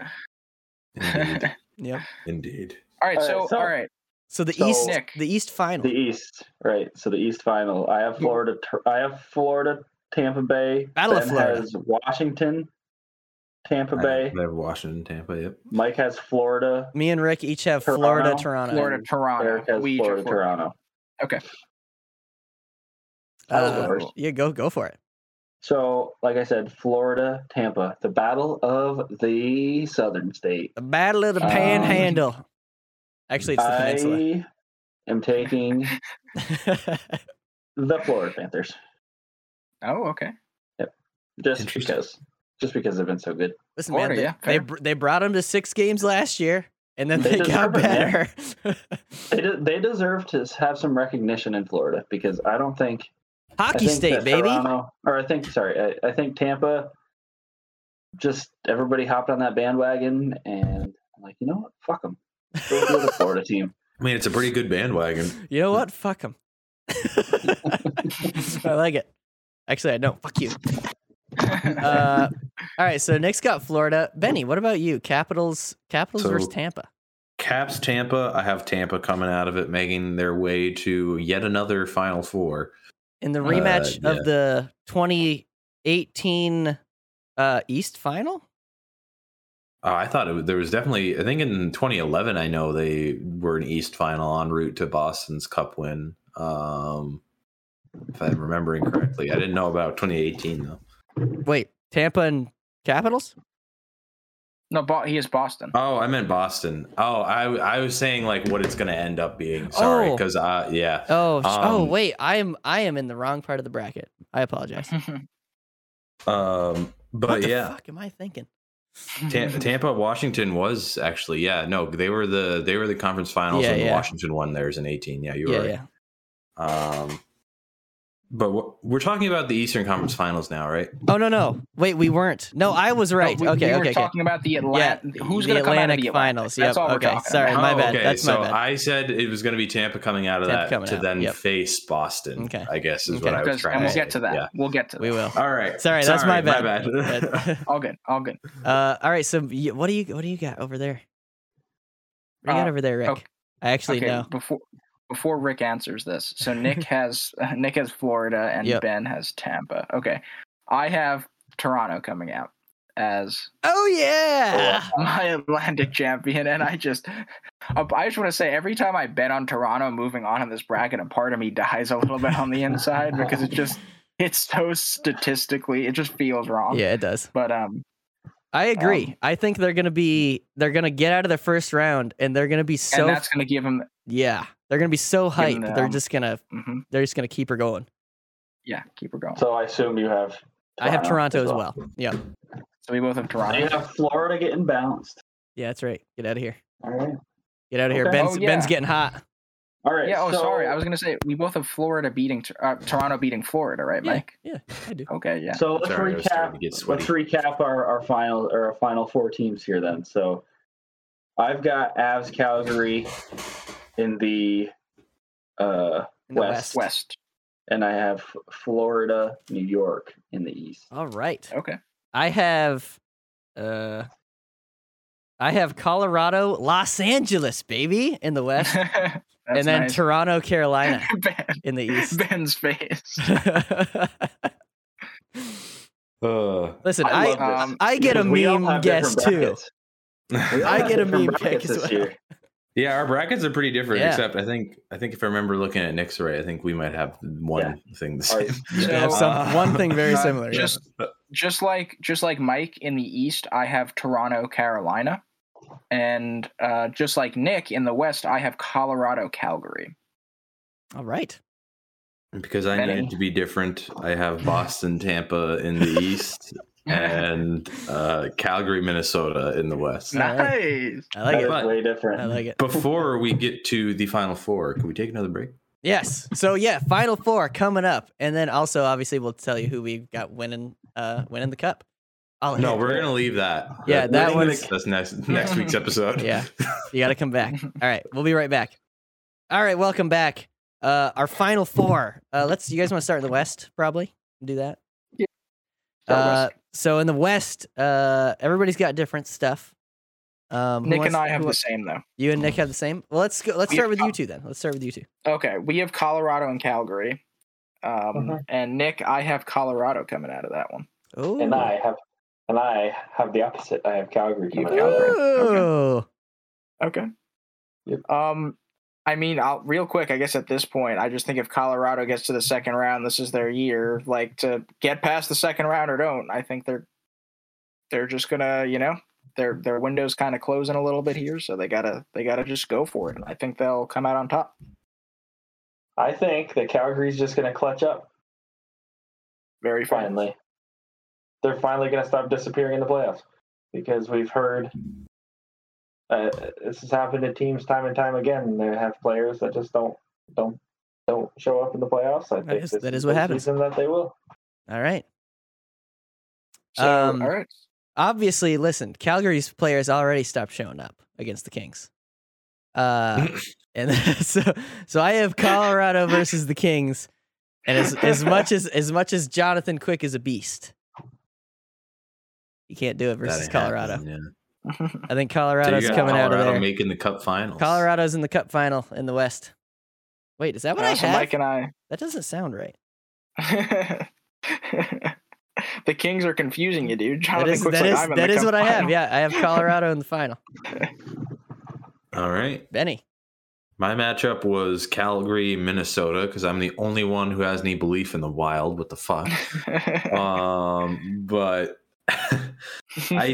Indeed.
yep.
Indeed.
all right,
All right,
so,
so-
all right,
So the
So-
East,
Nick.
the East final.
the East, right? So the East final. I have Florida. I have Florida, Tampa Bay.
Battle of
Ben
Florida.
has Washington, Tampa Bay.
I have Washington, Tampa. Yep.
Mike has Florida.
Me and Rick each have
Toronto,
Florida, Toronto.
Florida,
Eric
Toronto,
has
we each
Florida,
have Florida.
Toronto. That was the
Uh,
worst.
yeah, go go for it.
So, like I said, Florida, Tampa, the battle of the Southern State.
The Battle of the
Um,
Panhandle. Actually, it's the peninsula.
I am taking the Florida Panthers
Oh, okay.
just
Interesting.
because, just because they've been so good.
Listen,
Florida,
man, they,
yeah,
they,
fair.
br- they brought them to six games last year, and then
They
they, got
deserve it, man.
better.
They de- they deserve to have some recognition in Florida because I don't think I
Hockey
think
state,
that
baby.
Toronto- or I think sorry, I, I think Tampa. Just everybody hopped on that bandwagon and I'm like you know what, fuck them. Go to the Florida team.
I mean, it's a pretty good bandwagon.
You know what? Fuck them. I like it. Actually, I don't. Fuck you. Uh, all right. So Nick's got Florida. Benny, what about you? Capitals. Capitals
So-
versus Tampa.
Caps Tampa. I have Tampa coming out of it, making their way to yet another Final Four.
In the
Uh,
rematch
yeah.
of the 2018 uh, East Final.
Uh, I thought it, was- there was definitely. I think in 2011, I know they were an East Final en route to Boston's Cup win. Um, if I'm remembering correctly, I didn't know about 2018 though.
Wait, Tampa and Capitals.
No, Bo- he is Boston.
Oh, I meant Boston. Oh, I I was saying like what it's gonna end up being. Sorry,
Oh.
because uh yeah.
Oh, sh- oh
Um,
wait, I am I am in the wrong part of the bracket. I apologize.
Um,
what
but
the
yeah,
fuck am I thinking?
Tam- Tampa, Washington was actually yeah. No, they were the they were the conference finals
Yeah,
and
yeah.
Washington won theirs in eighteen. Yeah, you were
yeah,
right.
yeah.
Um, but w- we're talking about the Eastern Conference Finals now, right?
Oh no, no. Wait, we weren't. No, I was right.
we,
okay,
we were
okay, okay.
talking about the Atlantic. Who's
the
going to come out of
Atlantic
the Atlantic?
Finals, yep,
That's all we're
okay,
talking
sorry.
about.
Uh, my bad.
Okay,
That's my
so
bad.
I said it was going to be Tampa coming out of
Tampa
that
coming
to
out,
then
yep.
face Boston.
Okay.
I guess is
Okay.
what I was
Because-
trying.
and we'll
to
get to
say.
that.
Yeah.
We'll get to that.
We will.
All right.
Sorry, that's my
Sorry,
bad.
My bad.
That-
All good. All good.
uh, all right. So, y- what do you what do you got over there? What do you got
Uh,
over there, Rick?
okay.
I actually know.
Before before Rick answers this, so Nick has Nick has Florida and
Yep.
Ben has Tampa. Okay, I have Toronto coming out as
Oh yeah.
my Atlantic champion, and I just I just want to say every time I bet on Toronto moving on in this bracket, a part of me dies a little bit on the inside because it just it's so statistically it just feels wrong.
Yeah, it does.
But um,
I agree.
Um,
I think they're gonna be they're gonna get out of the first round, and they're gonna be so
and that's gonna give him.
yeah they're gonna be so
Give 'em
hyped.
the,
They're
um,
just gonna
mhm,
they're just gonna keep her going.
yeah, keep her going. So,
So I assume you have.
I have Toronto as well. Yeah,
we both have
So you
Toronto.
have Florida getting bounced.
yeah, that's right. Get out of here.
All right.
Get out of here.
Okay.
Ben's
Oh, yeah.
Ben's getting hot.
All right.
Yeah. Oh,
so-
sorry. I was gonna say we both have Florida beating Tor- uh, Toronto beating Florida, right,
Yeah,
Mike?
yeah, I do.
Okay. Yeah.
So let's
Sorry, I was starting
recap.
to get
Let's
sweaty.
recap our, our final or our final four teams here then. So I've got Avs Calgary in the uh,
In the
West.
West.
and I have Florida, New York in the East.
All right.
Okay.
I have uh I have Colorado, Los Angeles, baby, in the west,
That's
and then
nice.
Toronto, Carolina
ben,
in the east.
Ben's face.
Uh,
Listen,
I
I
love
I, get
Um,
this,
a
Because we all
meme
have
guess
different
too.
brackets. We all
I
have
get a
different
meme pick
brackets
as
this
well.
year.
yeah, our brackets are pretty different.
Yeah.
Except I think I think if I remember looking at Nick's array, I think we might have one thing the
All right.
same.
You have
So,
some,
uh,
one thing very
uh,
similar. yeah.
just- just like just like Mike in the East, I have Toronto, Carolina, and uh, just like Nick in the West, I have Colorado, Calgary.
All right.
because I
Benny.
needed to be different. I have Boston, Tampa in the East,
Eh.
and uh, Calgary, Minnesota in the West.
nice.
I like
That
it.
But-
is way different.
I like it.
Before we get to the final four, can we take another break?
Yes. So yeah, final four coming up, and then also obviously we'll tell you who we got winning uh winning the cup. I'll
No,
hit-
we're gonna leave that.
Oh, Yeah,
That's-
that
that's-
one's-
that's next next week's episode.
Yeah. You got to come back. All right, we'll be right back. All right, welcome back. Uh, our final four. Uh, let's. You guys want to start in the West? Probably do that.
Yeah.
Uh, so in the West, uh, everybody's got different stuff. Um, who
Nick
wants-
and I have
who-
the same though.
You and Nick have the same. Well, let's go. Let's
We
start
have
with
co-
you two then. Let's start with you two.
Okay, we have Colorado and Calgary, um,
Mhm.
and Nick, I have Colorado coming out of that one.
Oh,
And I have, and I have the opposite. I have Calgary
You
coming
have
out.
Calgary. Okay.
Ooh.
Okay.
Yep.
Um, I mean, I'll real quick. I guess at this point, I just think if Colorado gets to the second round, this is their year. Like to get past the second round or don't. I think they're they're just gonna, you know, their their window's kind of closing a little bit here, so they gotta they gotta just go for it. And I think they'll come out on top.
I think that Calgary's just going to clutch up
Very fine.
finally. They're finally going to stop disappearing in the playoffs because we've heard uh, this has happened to teams time and time again. They have players that just don't don't don't show up in the playoffs. I
That
think
is-
this
that is what
the
happens.
season That they will.
All right.
So
Um,
all right.
obviously, listen, Calgary's players already stopped showing up against the Kings. Uh, and so, so I have Colorado versus the Kings, and as as much as as much as Jonathan Quick is a beast, he can't do it
That
versus
ain't
Colorado.
happening, yeah.
I think
So you
Colorado's
got
coming out of
Colorado
there.
making the cup finals.
Colorado's in the Cup final in the West. Wait, is that what
Uh,
I
so
have?
Mike and I.
That doesn't sound right.
the Kings are confusing you, dude. Jonathan
that is
Quick's
that
like,
is
I'm in
that
the
is
cup
what I have.
final.
Yeah, I have Colorado in the final.
All right.
Benny.
My matchup was Calgary, Minnesota, because I'm the only one who has any belief in the wild. What the fuck? um, but I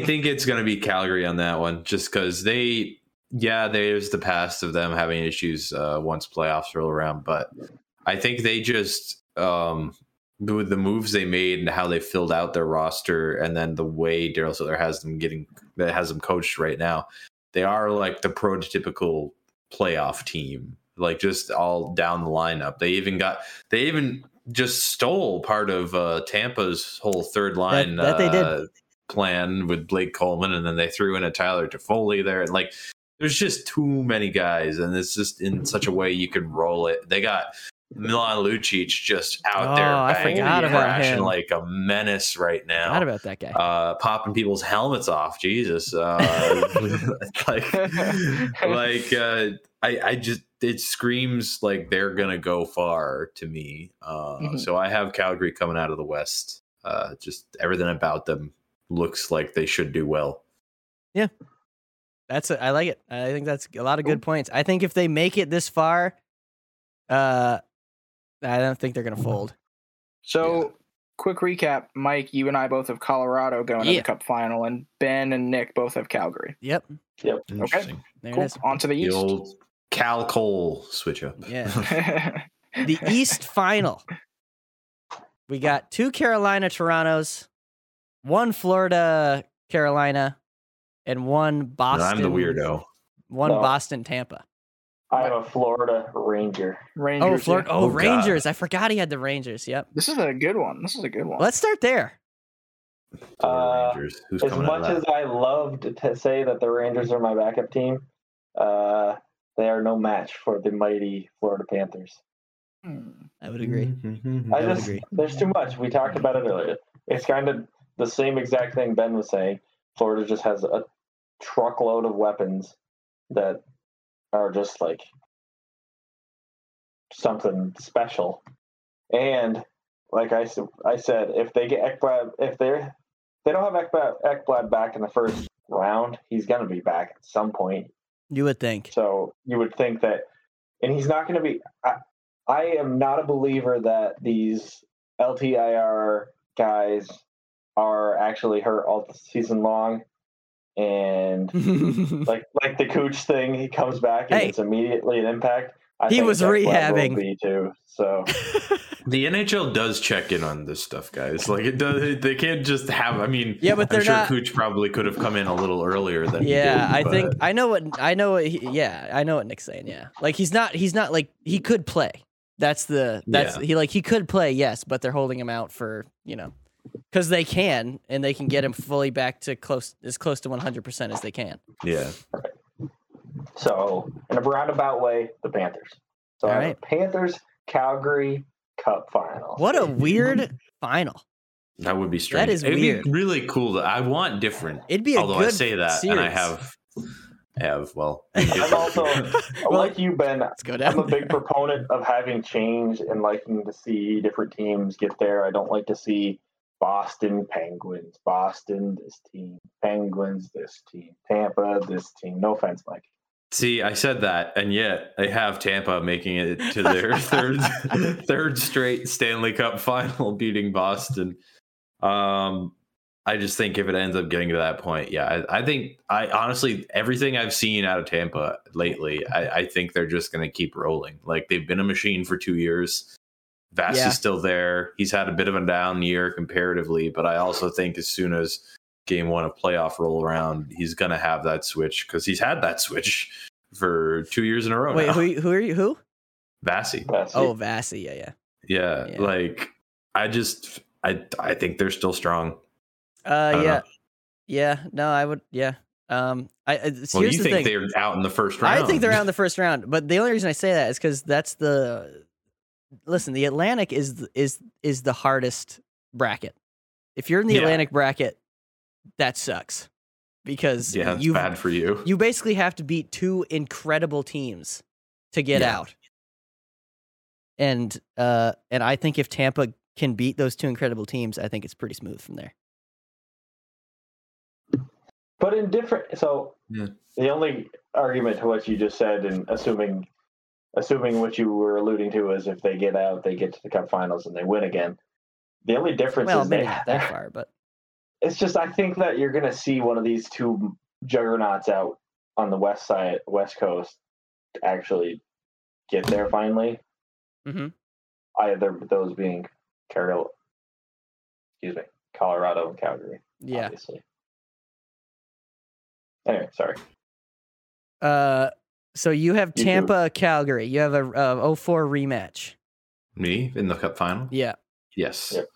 think it's going to be Calgary on that one, just because they, yeah, there's the past of them having issues uh, once playoffs roll around, but I think they just um, with the moves they made and how they filled out their roster, and then the way Daryl Siller has them getting that has them coached right now, they are like the prototypical playoff team, like just all down the lineup. They even got they even just stole part of uh, Tampa's whole third line
that they did.
uh, plan with Blake Coleman, and then they threw in a Tyler Toffoli there, and like there's just too many guys, and it's just in such a way you could roll it. They got Milan Lucic just out there,
Oh, I
banging
forgot
and
about
crashing
him.
like a menace right now
Not about that guy.
uh, popping people's helmets off. Jesus, uh, like, like uh, I, I just it screams like they're gonna go far to me. Uh,
Mhm.
So I have Calgary coming out of the West. Uh, just everything about them looks like they should do well.
That's a, I like it. I think that's a lot of good points. I think if they make it this far, uh, I don't think they're gonna
Mm-hmm.
fold.
So, quick recap: Mike, you and I both have Colorado going to
Yeah.
the Cup final, and Ben and Nick both have Calgary.
Yep,
Interesting.
there
Cool.
it is.
On to the
The
East.
old Cal Cole switch up.
Yeah. The East Final. We got two Carolina Torontos, one Florida Carolina, and one
And
Boston.
I'm the weirdo.
One
No.
Boston Tampa.
I have a Florida Ranger.
Rangers.
Oh, Florida.
yeah.
Oh,
Oh, God.
Rangers. I forgot he had the Rangers. Yep.
This is a good one. This is a good one.
Let's start there.
Florida Rangers. Who's
Uh, As
coming out
much
of
as
that?
I love to t- say that the Rangers are my backup team, uh, they are no match for the mighty Florida Panthers.
Hmm.
I would agree.
I
Mm-hmm. I would
just
agree.
there's too much. We talked about it earlier. It's kind of the same exact thing Ben was saying. Florida just has a truckload of weapons that are just like something special. And like I, s- I said, if they get Ekblad, if they're they don't have Ekblad, Ekblad back in the first round, he's gonna be back at some point.
Mm-hmm.
You would think.
So you would think that, and he's not going to be. I, I am not a believer that these LTIR guys are actually hurt all season long. And
he
like like the Cooch thing, he comes back and
Hey.
it's immediately an impact. I
He
think
was
that's what will
rehabbing.
be too. So
The NHL does check in on this stuff, guys. Like it does. They can't just have. I mean,
Yeah, but they're
I'm sure
not-
Cooch probably could have come in a little earlier than. he
yeah
did,
i
but-
think i know what i know what he, yeah i know what nick's saying yeah like he's not he's not like he could play that's the that's he like he could play yes but they're holding him out for you know because they can and they can get him fully back to close as close to 100% as they can
Yeah,
so in a roundabout way, the Panthers. So
All
I have a Panthers Calgary Cup final.
what a weird final
that would be strange.
is
It'd
weird.
Be really cool. To, I want different.
it'd be a
although
good
I say that,
series.
and I have, I have well.
I'm also like you, Ben.
let's go
I'm
down
a big
there.
proponent of having change and liking to see different teams get there. I don't like to see Boston Penguins, Boston this team, Penguins this team, Tampa this team. No offense, Mike.
See, I said that, and yet I have Tampa making it to their third third straight Stanley Cup final, beating Boston. Um, I just think if it ends up getting to that point, yeah, I, I think I honestly everything I've seen out of Tampa lately, I, I think they're just going to keep rolling. Like they've been a machine for two years. Vass
Yeah.
is still there. He's had a bit of a down year comparatively, but I also think as soon as game one of playoff roll around, he's gonna have that switch because he's had that switch for two years in a row.
wait
now.
who, who are you who
Vassy.
That's
oh Vassy, yeah yeah
Yeah,
Yeah.
like I just I I think they're still strong. I
uh
don't
yeah
know.
yeah no i would yeah um i I- here's
Well, you
the
think
thing
they're out in the first round?
I think they're out in the first round, but the only reason I say that is because that's the listen. The Atlantic is th- is is the hardest bracket. If you're in the
Yeah.
Atlantic bracket, that sucks because
yeah, it's
you
bad for you.
you basically have to beat two incredible teams to get
Yeah.
out. And uh, and I think if Tampa can beat those two incredible teams, I think it's pretty smooth from there.
But in different, so
Yeah.
the only argument to what you just said, and assuming, assuming what you were alluding to is if they get out, they get to the Cup Finals and they win again. The only difference
Well,
is
maybe
they,
not that far, but
It's just I think that you're gonna see one of these two juggernauts out on the west side, west coast, actually get there finally.
hmm
Either those being Carol, excuse me, Colorado and Calgary.
Yeah.
Obviously. Anyway, sorry.
Uh, so you have
You do.
Tampa, Calgary. You have a, a 04 rematch.
Me in the cup final?
Yeah.
Yes.
Yep.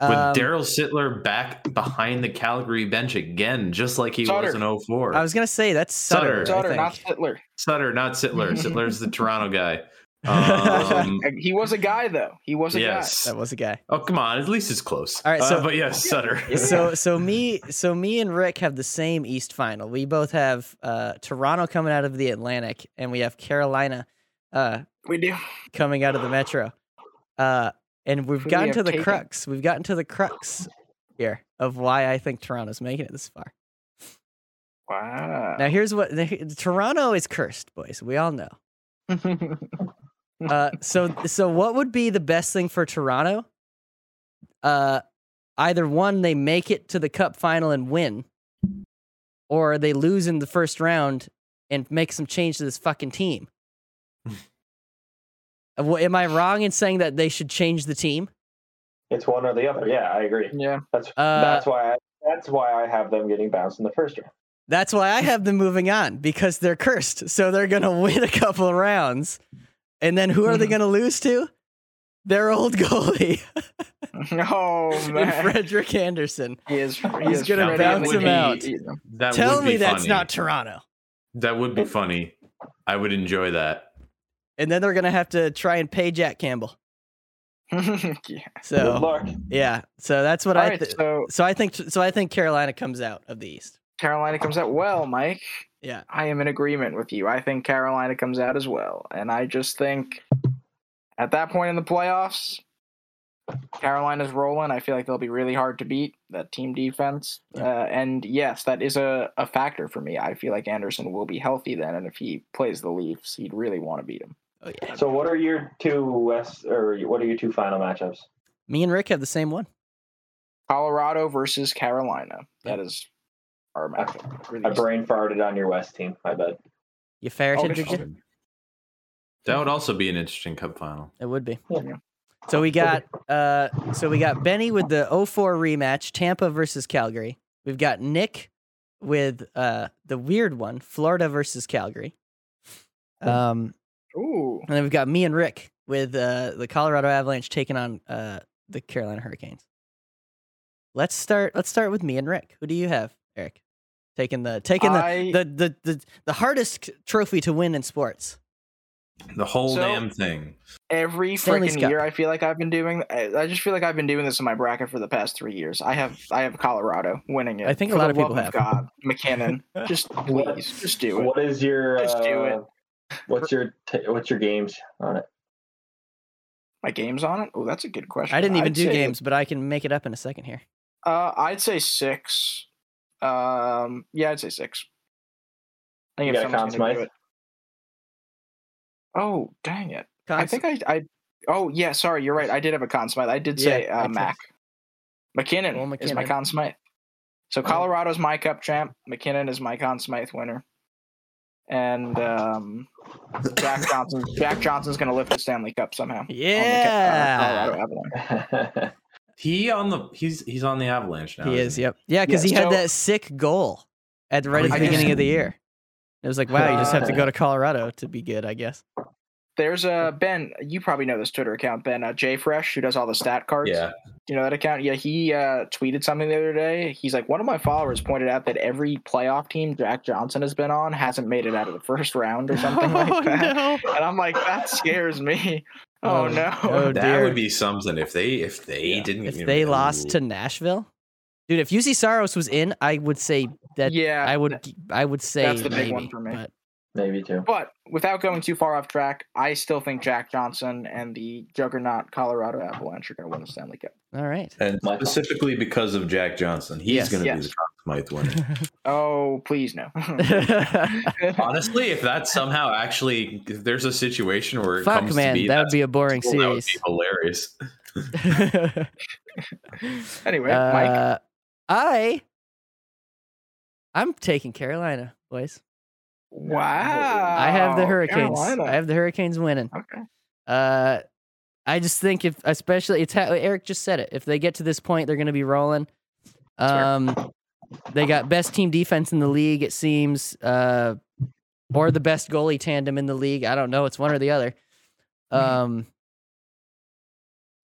With
Um,
Daryl Sittler back behind the Calgary bench again, just like he was
Sutter.
in 04.
I was gonna say that's Sutter.
Sutter.
I
Sutter,
think.
not Sittler.
Sutter, not Sittler. Sittler's the Toronto guy. Um,
Uh, He was a guy though. He was "Ah, a
yes.
that was a guy.
Oh, come on. At least it's close.
All right, so-
Uh, but yes, Sutter.
Yeah.
So so me so me and Rick have the same East final. We both have uh, Toronto coming out of the Atlantic, and we have Carolina uh,
guy. We do.
coming out of the Metro. Uh, and we've
Who we
gotten
have
to the
taken.
crux. We've gotten to the crux here of why I think Toronto's making it this far.
Wow.
Now here's what Toronto is cursed, boys. We all know. Uh, so so what would be the best thing for Toronto? Uh, either one, they make it to the Cup final and win, or they lose in the first round and make some change to this fucking team. Uh, wha- Am I wrong in saying that they should change the team?
It's one or the other. Yeah, I agree.
yeah.
That's
Uh,
that's why I, that's why I have them getting bounced in the first round.
That's why I have them moving on because they're cursed. So they're going to win a couple of rounds. And then who are they going to lose to? Their old goalie,
Oh
in
man.
Frederick Anderson.
he is, he
He's
is
gonna
Freddie
bounce him
Lee.
out.
That
Tell
would
me
be
that's
funny.
not Toronto.
That would be funny. I would enjoy that.
And then they're going to have to try and pay Jack Campbell.
yeah.
Good
So,
luck.
yeah. So that's what
All
I
right,
th-
so
So I think so I think Carolina comes out of the East.
Carolina comes out well, Mike.
Yeah.
I am in agreement with you. I think Carolina comes out as well. And I just think at that point in the playoffs, Carolina's rolling. I feel like they'll be really hard to beat, that team defense. Uh, and yes, that is a, a factor for me. I feel like Anderson will be healthy then. And if he plays the Leafs, he'd really want to beat him.
Oh yeah.
So what are your two west or what are your two final matchups?
Me and Rick have the same one.
Colorado versus Carolina. That is our matchup. for
I
these-
brain farted on your west team. I bet.
You ferreted
Okay.
did you?
That would also be an interesting cup final.
It would be.
Yeah.
So we got uh so we got Benny with the 04 rematch, Tampa versus Calgary. We've got Nick with uh the weird one, Florida versus Calgary. Um
Ooh.
and then we've got me and Rick with uh the Colorado Avalanche taking on uh the Carolina Hurricanes. Let's start let's start with me and Rick. Who do you have, Eric? Taking the taking the
I-
the, the, the, the hardest trophy to win in sports.
The whole
So-
damn thing.
every
Stanley
freaking
Cup.
year i feel like i've been doing I I just feel like i've been doing this in my bracket for the past three years i have i have colorado winning it
I think a
For
lot
the
of people
love
have.
god mckinnon just please just do it
What is your
Just do
uh, what's your t- what's your games on it?
my game's on it oh that's a good question
I didn't even
I'd
do
say-
games, but I can make it up in a second here.
uh i'd say six um yeah i'd say six i
You
think if
got a
someone's
con
gonna do
Smythe?
it oh dang it i
Cons-
think i i oh yeah sorry you're right i did have a con smythe i did say
Yeah,
uh,
I think-
mac McKinnon,
Well,
is my
McKinnon. Oh.
Conn Smythe. So Colorado's my Cup champ. McKinnon is my Conn Smythe winner, and um, Jack Johnson. Jack Johnson's going to lift the Stanley Cup somehow. on the Ca-
Yeah.
uh, Colorado Avalanche.
He on the he's he's on the Avalanche now.
He
isn't
is, yep. Yeah, because
Yeah,
he had
so-
that sick goal at the right at the
I
beginning
just-
of the year. It was like, wow, you just have to go to Colorado to be good, I guess.
There's uh, Ben. You probably know this Twitter account, Ben uh, J Fresh, who does all the stat cards.
Yeah.
Do you know that account? Yeah, he uh, tweeted something the other day. He's like, one of my followers pointed out that every playoff team Jack Johnson has been on hasn't made it out of the first round or something
oh,
like that.
no.
And I'm like, that scares me.
Oh,
Oh, no.
oh,
that
dear.
would be something if they if they didn't
if they lost to Nashville, dude, if UC Saros was in, I would say that
yeah,
I would I would say
that's the big one
maybe,
for me.
But
Maybe two.
But without going too far off track, I still think Jack Johnson and the juggernaut Colorado Avalanche are going to win the Stanley Cup.
all right.
and
My fault.
specifically because of Jack Johnson. He's
Yes.
gonna
Yes.
be the Conn Smythe winner.
Oh, please no.
Honestly, if that somehow actually if there's a situation where it
Fuck
comes
man,
to be
that would be a boring
that's cool, that would
series.
be hilarious.
anyway, Mike,
Uh, I I'm taking Carolina, boys.
Wow.
I have the
Oh,
Hurricanes.
Carolina.
I have the Hurricanes winning.
Okay.
Uh, I just think if, especially, it's how Eric just said it. If they get to this point, they're going to be rolling.
fair.
Um, they got best team defense in the league, it seems, uh, or the best goalie tandem in the league. I don't know. It's one or the other.
Mm-hmm.
Um,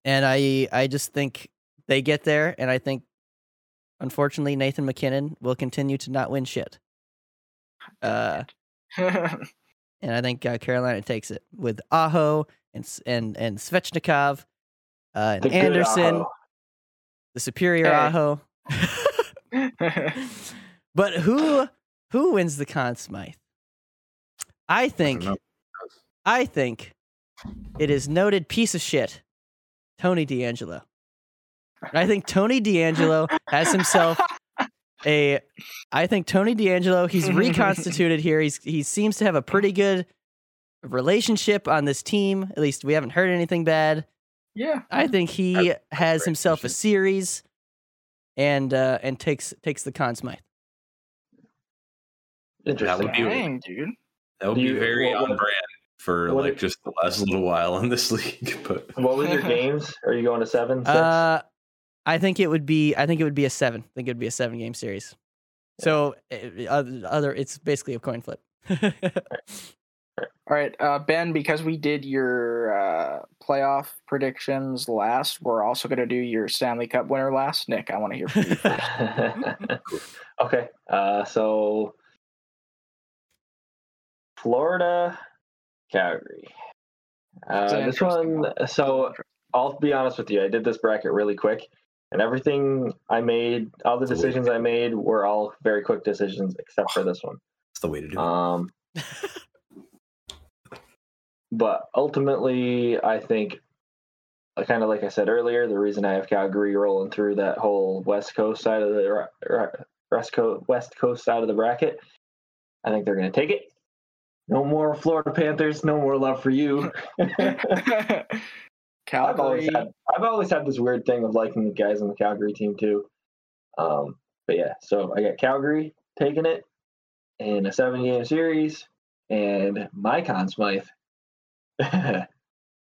and I, I just think they get there, and I think, unfortunately, Nathan McKinnon will continue to not win shit. Uh, and I think uh, Carolina takes it with Aho and S- and and Svechnikov, uh, and
The good
Anderson,
Aho.
the superior
Hey.
Aho. but who who wins the Conn Smythe? I think I,
know.
think it is noted piece of shit Tony D'Angelo. And I think Tony D'Angelo has himself a I think Tony D'Angelo, he's reconstituted here. He's he seems to have a pretty good relationship on this team. At least we haven't heard anything bad.
yeah.
I think he has
great
himself a
decision.
series and uh and takes takes the Conn Smythe.
Interesting.
would be-
Dang, dude.
That would
Do
be
you-
very
what-
on
what-
brand for
what-
like just the last little while in this league. But
What was your games? Are you going to seven? Six?
Uh, I think it would be. I think it would be a seven. I think it would be a seven game series. So uh, other, other, it's basically a coin flip.
All right, uh, Ben, because we did your uh, playoff predictions last, we're also going to do your Stanley Cup winner last. Nick, I want to hear from you.
okay. Uh, so Florida, Calgary.
That's an
Uh, this
interesting
one. So I'll be honest with you. I did this bracket really quick, and everything I made, all the
That's a way to
decisions I made, were all very quick decisions, except for this one.
it's the way to do it.
Um, but ultimately, I think, kind of like I said earlier, the reason I have Calgary rolling through that whole West Coast side of the ra- ra- West Coast West Coast side of the bracket, I think they're going to take it. No more Florida Panthers. No more love for you. I've always
Calgary.
had I've always had this weird thing of liking the guys on the Calgary team too. Um, but yeah, so I got Calgary taking it in a seven game series, and my con Smythe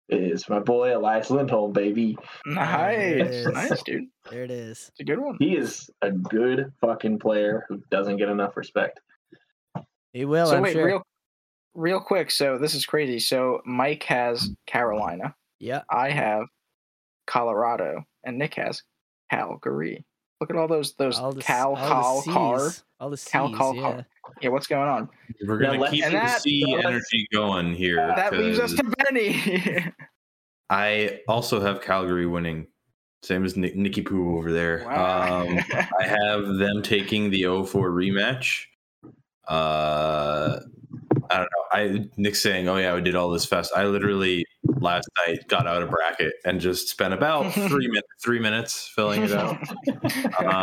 is my boy Elias Lindholm, baby.
Nice.
Yes.
nice, dude.
there it is.
It's a good one.
He is a good fucking player who doesn't get enough respect.
He will.
so
I'm
wait,
sure.
real, real quick. So this is crazy. So Mike has Carolina.
yeah.
I have Colorado, and Nick has Calgary. Look at all those those
All the s-
Cal
all
Cal
the
Car.
Cs, all the C's.
Cal Cal
yeah.
Car. Yeah, what's going on?
We're
Now
gonna
let's-
keep
and
the
that-
sea
let's-
energy going here.
That leaves us
'cause
to Benny.
I also have Calgary winning, same as Nick, Nicky Poo over there.
Wow.
Um, I have them taking the 0-4 rematch. Uh, I don't know. I Nick's saying, "Oh yeah, we did all this fast." I literally last night got out of bracket and just spent about three minutes, three minutes filling it out.
That's the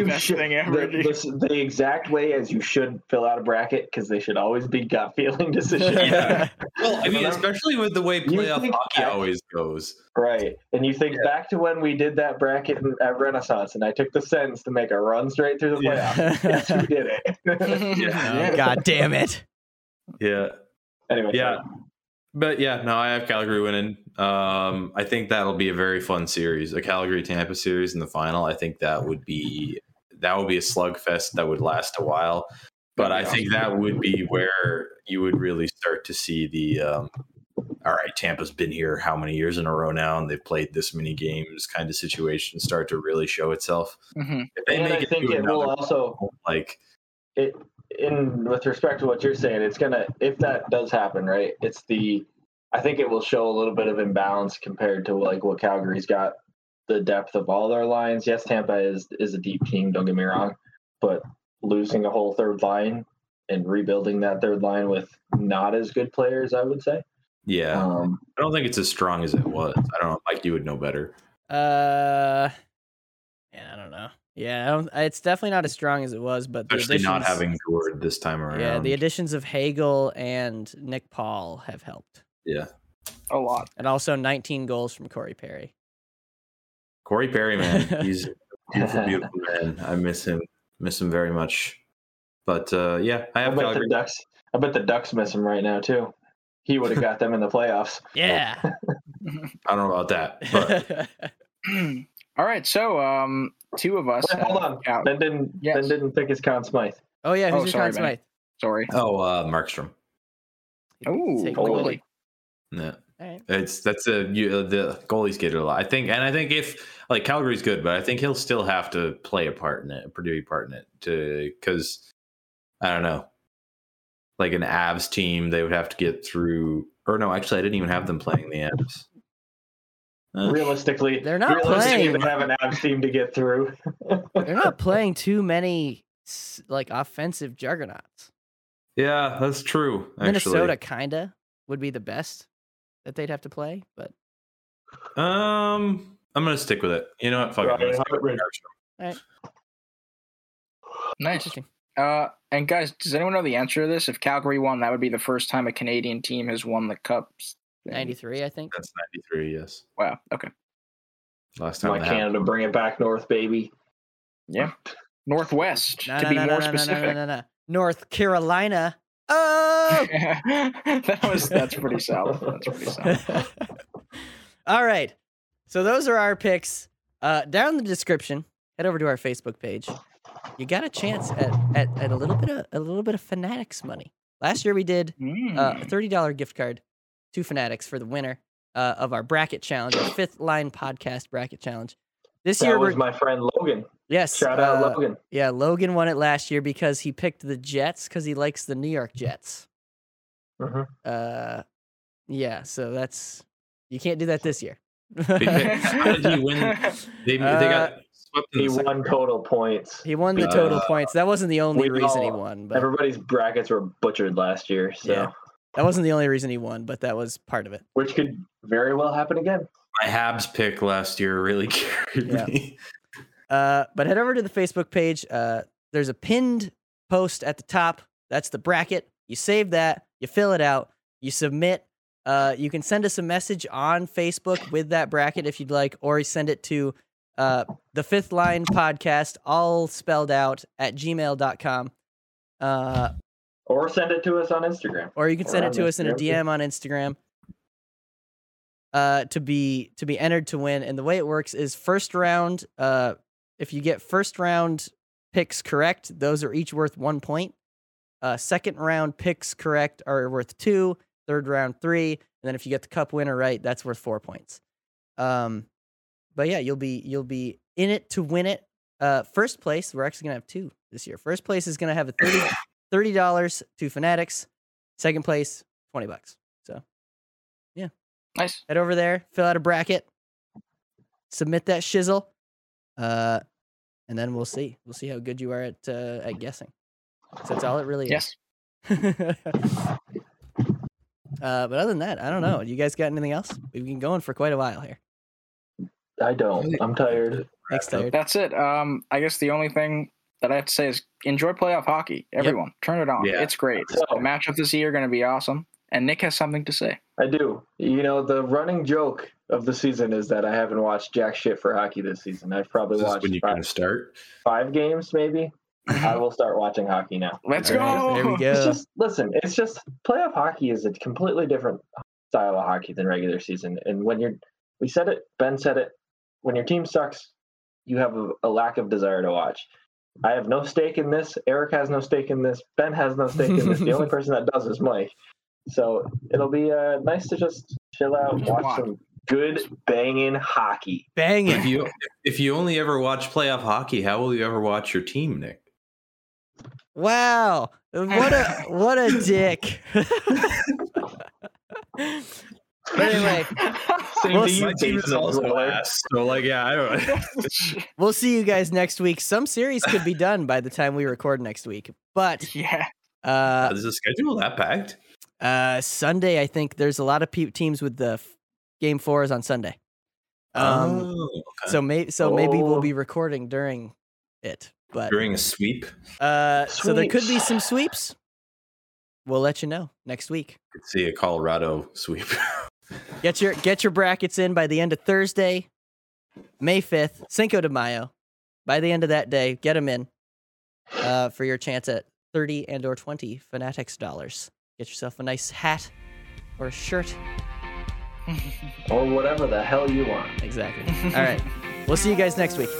Um,
best thing ever.
The,
dude.
the, the exact way as you should fill out a bracket because they should always be gut feeling decisions.
Yeah. well, I mean,
You
especially with the way
think
playoff hockey
I-
always goes.
Right. And you think back to when we did that bracket in, at Renaissance and I took the Sens to make a run straight through the
Yeah.
playoffs. yes, we did it.
Oh, God damn it.
Yeah.
anyway,
Yeah.
sorry.
But yeah, no, I have Calgary winning. Um, I think that'll be a very fun series, a Calgary Tampa series in the final. I think that would be that would be a slugfest that would last a while. But I think that would be where you would really start to see the um, all right, Tampa's been here how many years in a row now, and they've played this many games kind of situation start to really show itself.
Mhm.
If they
And
make
I
it
think
to
it will
another
also
round, like
it in with respect to what you're saying, it's gonna if that does happen, right? It's the I think it will show a little bit of imbalance compared to like what Calgary's got the depth of all their lines. Yes, Tampa is is a deep team, don't get me wrong, but losing a whole third line and rebuilding that third line with not as good players, I would say.
yeah,
Um,
I don't think it's as strong as it was. I don't know, Mike, you would know better.
Uh, yeah, I don't know. Yeah, I don't, it's definitely not as strong as it was, but the
Especially not
additions-
having Gord this time around.
Yeah, the additions of Hagel and Nick Paul have helped,
Yeah.
A lot.
and also 19 goals from Corey Perry.
Corey Perry, man, he's He's a beautiful man. I miss him. Miss him very much. But uh, yeah, I
I
have
bet the
Calgary.
Ducks. I bet the Ducks miss him right now too. He would have got them in the playoffs.
Yeah.
I don't know about that. But
All right, so um, two of us.
Wait, hold
have
on.
Cal-
Then Uh, didn't.
Yes.
Then didn't pick his Conn Smythe.
oh yeah, who's
Oh,
your
sorry,
Conn
Benny.
Smythe?
sorry.
oh, uh, Markstrom.
Oh,
Take goalie.
goalie.
Yeah.
All right.
It's that's a you, uh, the goalies get it a lot. I think, and I think if like Calgary's good, but I think he'll still have to play a part in it, a pretty big part in it, to because I don't know, like an Avs team, they would have to get through. Or no, actually, I didn't even have them playing the Avs. Uh,
Realistically,
They're not
realistically,
playing.
they have an abs team to get through.
They're not playing too many s- like offensive juggernauts.
yeah, that's true. Actually.
Minnesota kinda would be the best that they'd have to play, but
Um, I'm gonna stick with it. You know what? Fuck it, I'm gonna
Ryan
stick with
Hartman.
Markstrom.
Nice.
interesting.
Uh, and guys, does anyone know the answer to this? If Calgary won, that would be the first time a Canadian team has won the cups. thing.
Ninety three, I think.
That's 93. Yes,
Wow. Okay.
last time
My
that happened.
Canada, bring it back north, baby.
Northwest,
No,
to
no,
be
no,
more
no, no,
specific.
no, no, no, no. North Carolina. Oh
that was that's pretty solid. That's pretty solid.
Uh, All right. So those are our picks. Uh, down in the description, head over to our Facebook page. You got a chance at, at, at a little bit of a little bit of Fanatics money. Last year we did uh,
Hmm.
a
Mm.
thirty dollar gift card to Fanatics for the winner uh, of our bracket challenge, our fifth line podcast bracket challenge. This
That
year
was
we're
my friend Logan.
yes,
Shout out
uh,
Logan.
yeah, Logan won it last year because he picked the Jets because he likes the New York Jets.
Mhm.
Uh, yeah, so that's you can't do that this year. Uh,
How did he win? They, they got uh, swept in
He
the
won total points.
he won the total points. That wasn't the only
we
reason he
all-
won, but
Everybody's brackets were butchered last year, so
Yeah. that wasn't the only reason he won, but that was part of it.
which could very well happen again.
my Habs pick last year really carried
Yeah.
me.
Uh, but head over to the Facebook page. Uh, there's a pinned post at the top. That's the bracket. You save that. You fill it out. You submit. Uh, you can send us a message on Facebook with that bracket if you'd like, or you send it to uh, the fifth line podcast, all spelled out at gmail.com. Uh,
Or send it to us on Instagram.
or you can
Or
send
on
it to us in a
Instagram.
DM on Instagram uh, to be to be entered to win. And the way it works is first round. Uh, if you get first round picks correct, those are each worth one point. Uh, second round picks correct are worth two. Third round three, and then if you get the cup winner right, that's worth four points. Um, but yeah, you'll be you'll be in it to win it. Uh, first place, we're actually gonna have two this year. First place is gonna have a 30 thirty dollars to Fanatics. Second place, 20 bucks. So, yeah.
Nice.
Head over there, fill out a bracket, submit that shizzle, uh, and then we'll see. We'll see how good you are at uh, at guessing. So that's all it really
Yes.
is. uh, but other than that, I don't know. You guys got anything else? We've been going for quite a while here.
I don't. I'm tired.
Thanks, tired.
That's it. Um, I guess the only thing that I have to say is enjoy playoff hockey. Everyone, turn it on.
Yeah.
It's great.
So-
the matchup this year going to be awesome. And Nick has something to say.
I do. You know, the running joke of the season is that I haven't watched jack shit for hockey this season. I've probably
Is this
watched
when you
five,
kind of start?
five games, maybe. I will start watching hockey now.
Let's
All right,
go.
There we
It's
go.
just listen. It's just playoff hockey is a completely different style of hockey than regular season. And when you're, we said it. Ben said it. When your team sucks, you have a, a lack of desire to watch. I have no stake in this. Eric has no stake in this. Ben has no stake in this. The only person that does is Mike. So it'll be uh, nice to just chill out,
Just
watch
watch.
some good banging hockey.
Bang
If
it.
you if you only ever watch playoff hockey, how will you ever watch your team, Nick?
Wow. What a what a dick. but anyway,
Same
Well,
to you,
my
Jason Roy.
So like, yeah, I don't.
We'll see you guys next week. Some series could be done by the time we record next week, but
yeah.
uh,
Is the schedule that packed?
uh, Sunday I think there's a lot of pe- teams with the f- game four is on Sunday. Um,
oh,
so maybe so maybe we'll
Oh.
be recording during it, but
during a sweep,
uh, so there could be
Sweeps.
some sweeps. We'll let you know next week.
could see a Colorado sweep.
Get your get your brackets in by the end of Thursday, May fifth, Cinco de Mayo. by the end of that day, get them in uh, for your chance at 30 and or 20 Fanatics dollars. Get yourself a nice hat or a shirt.
or whatever the hell you want.
Exactly. All right. We'll see you guys next week.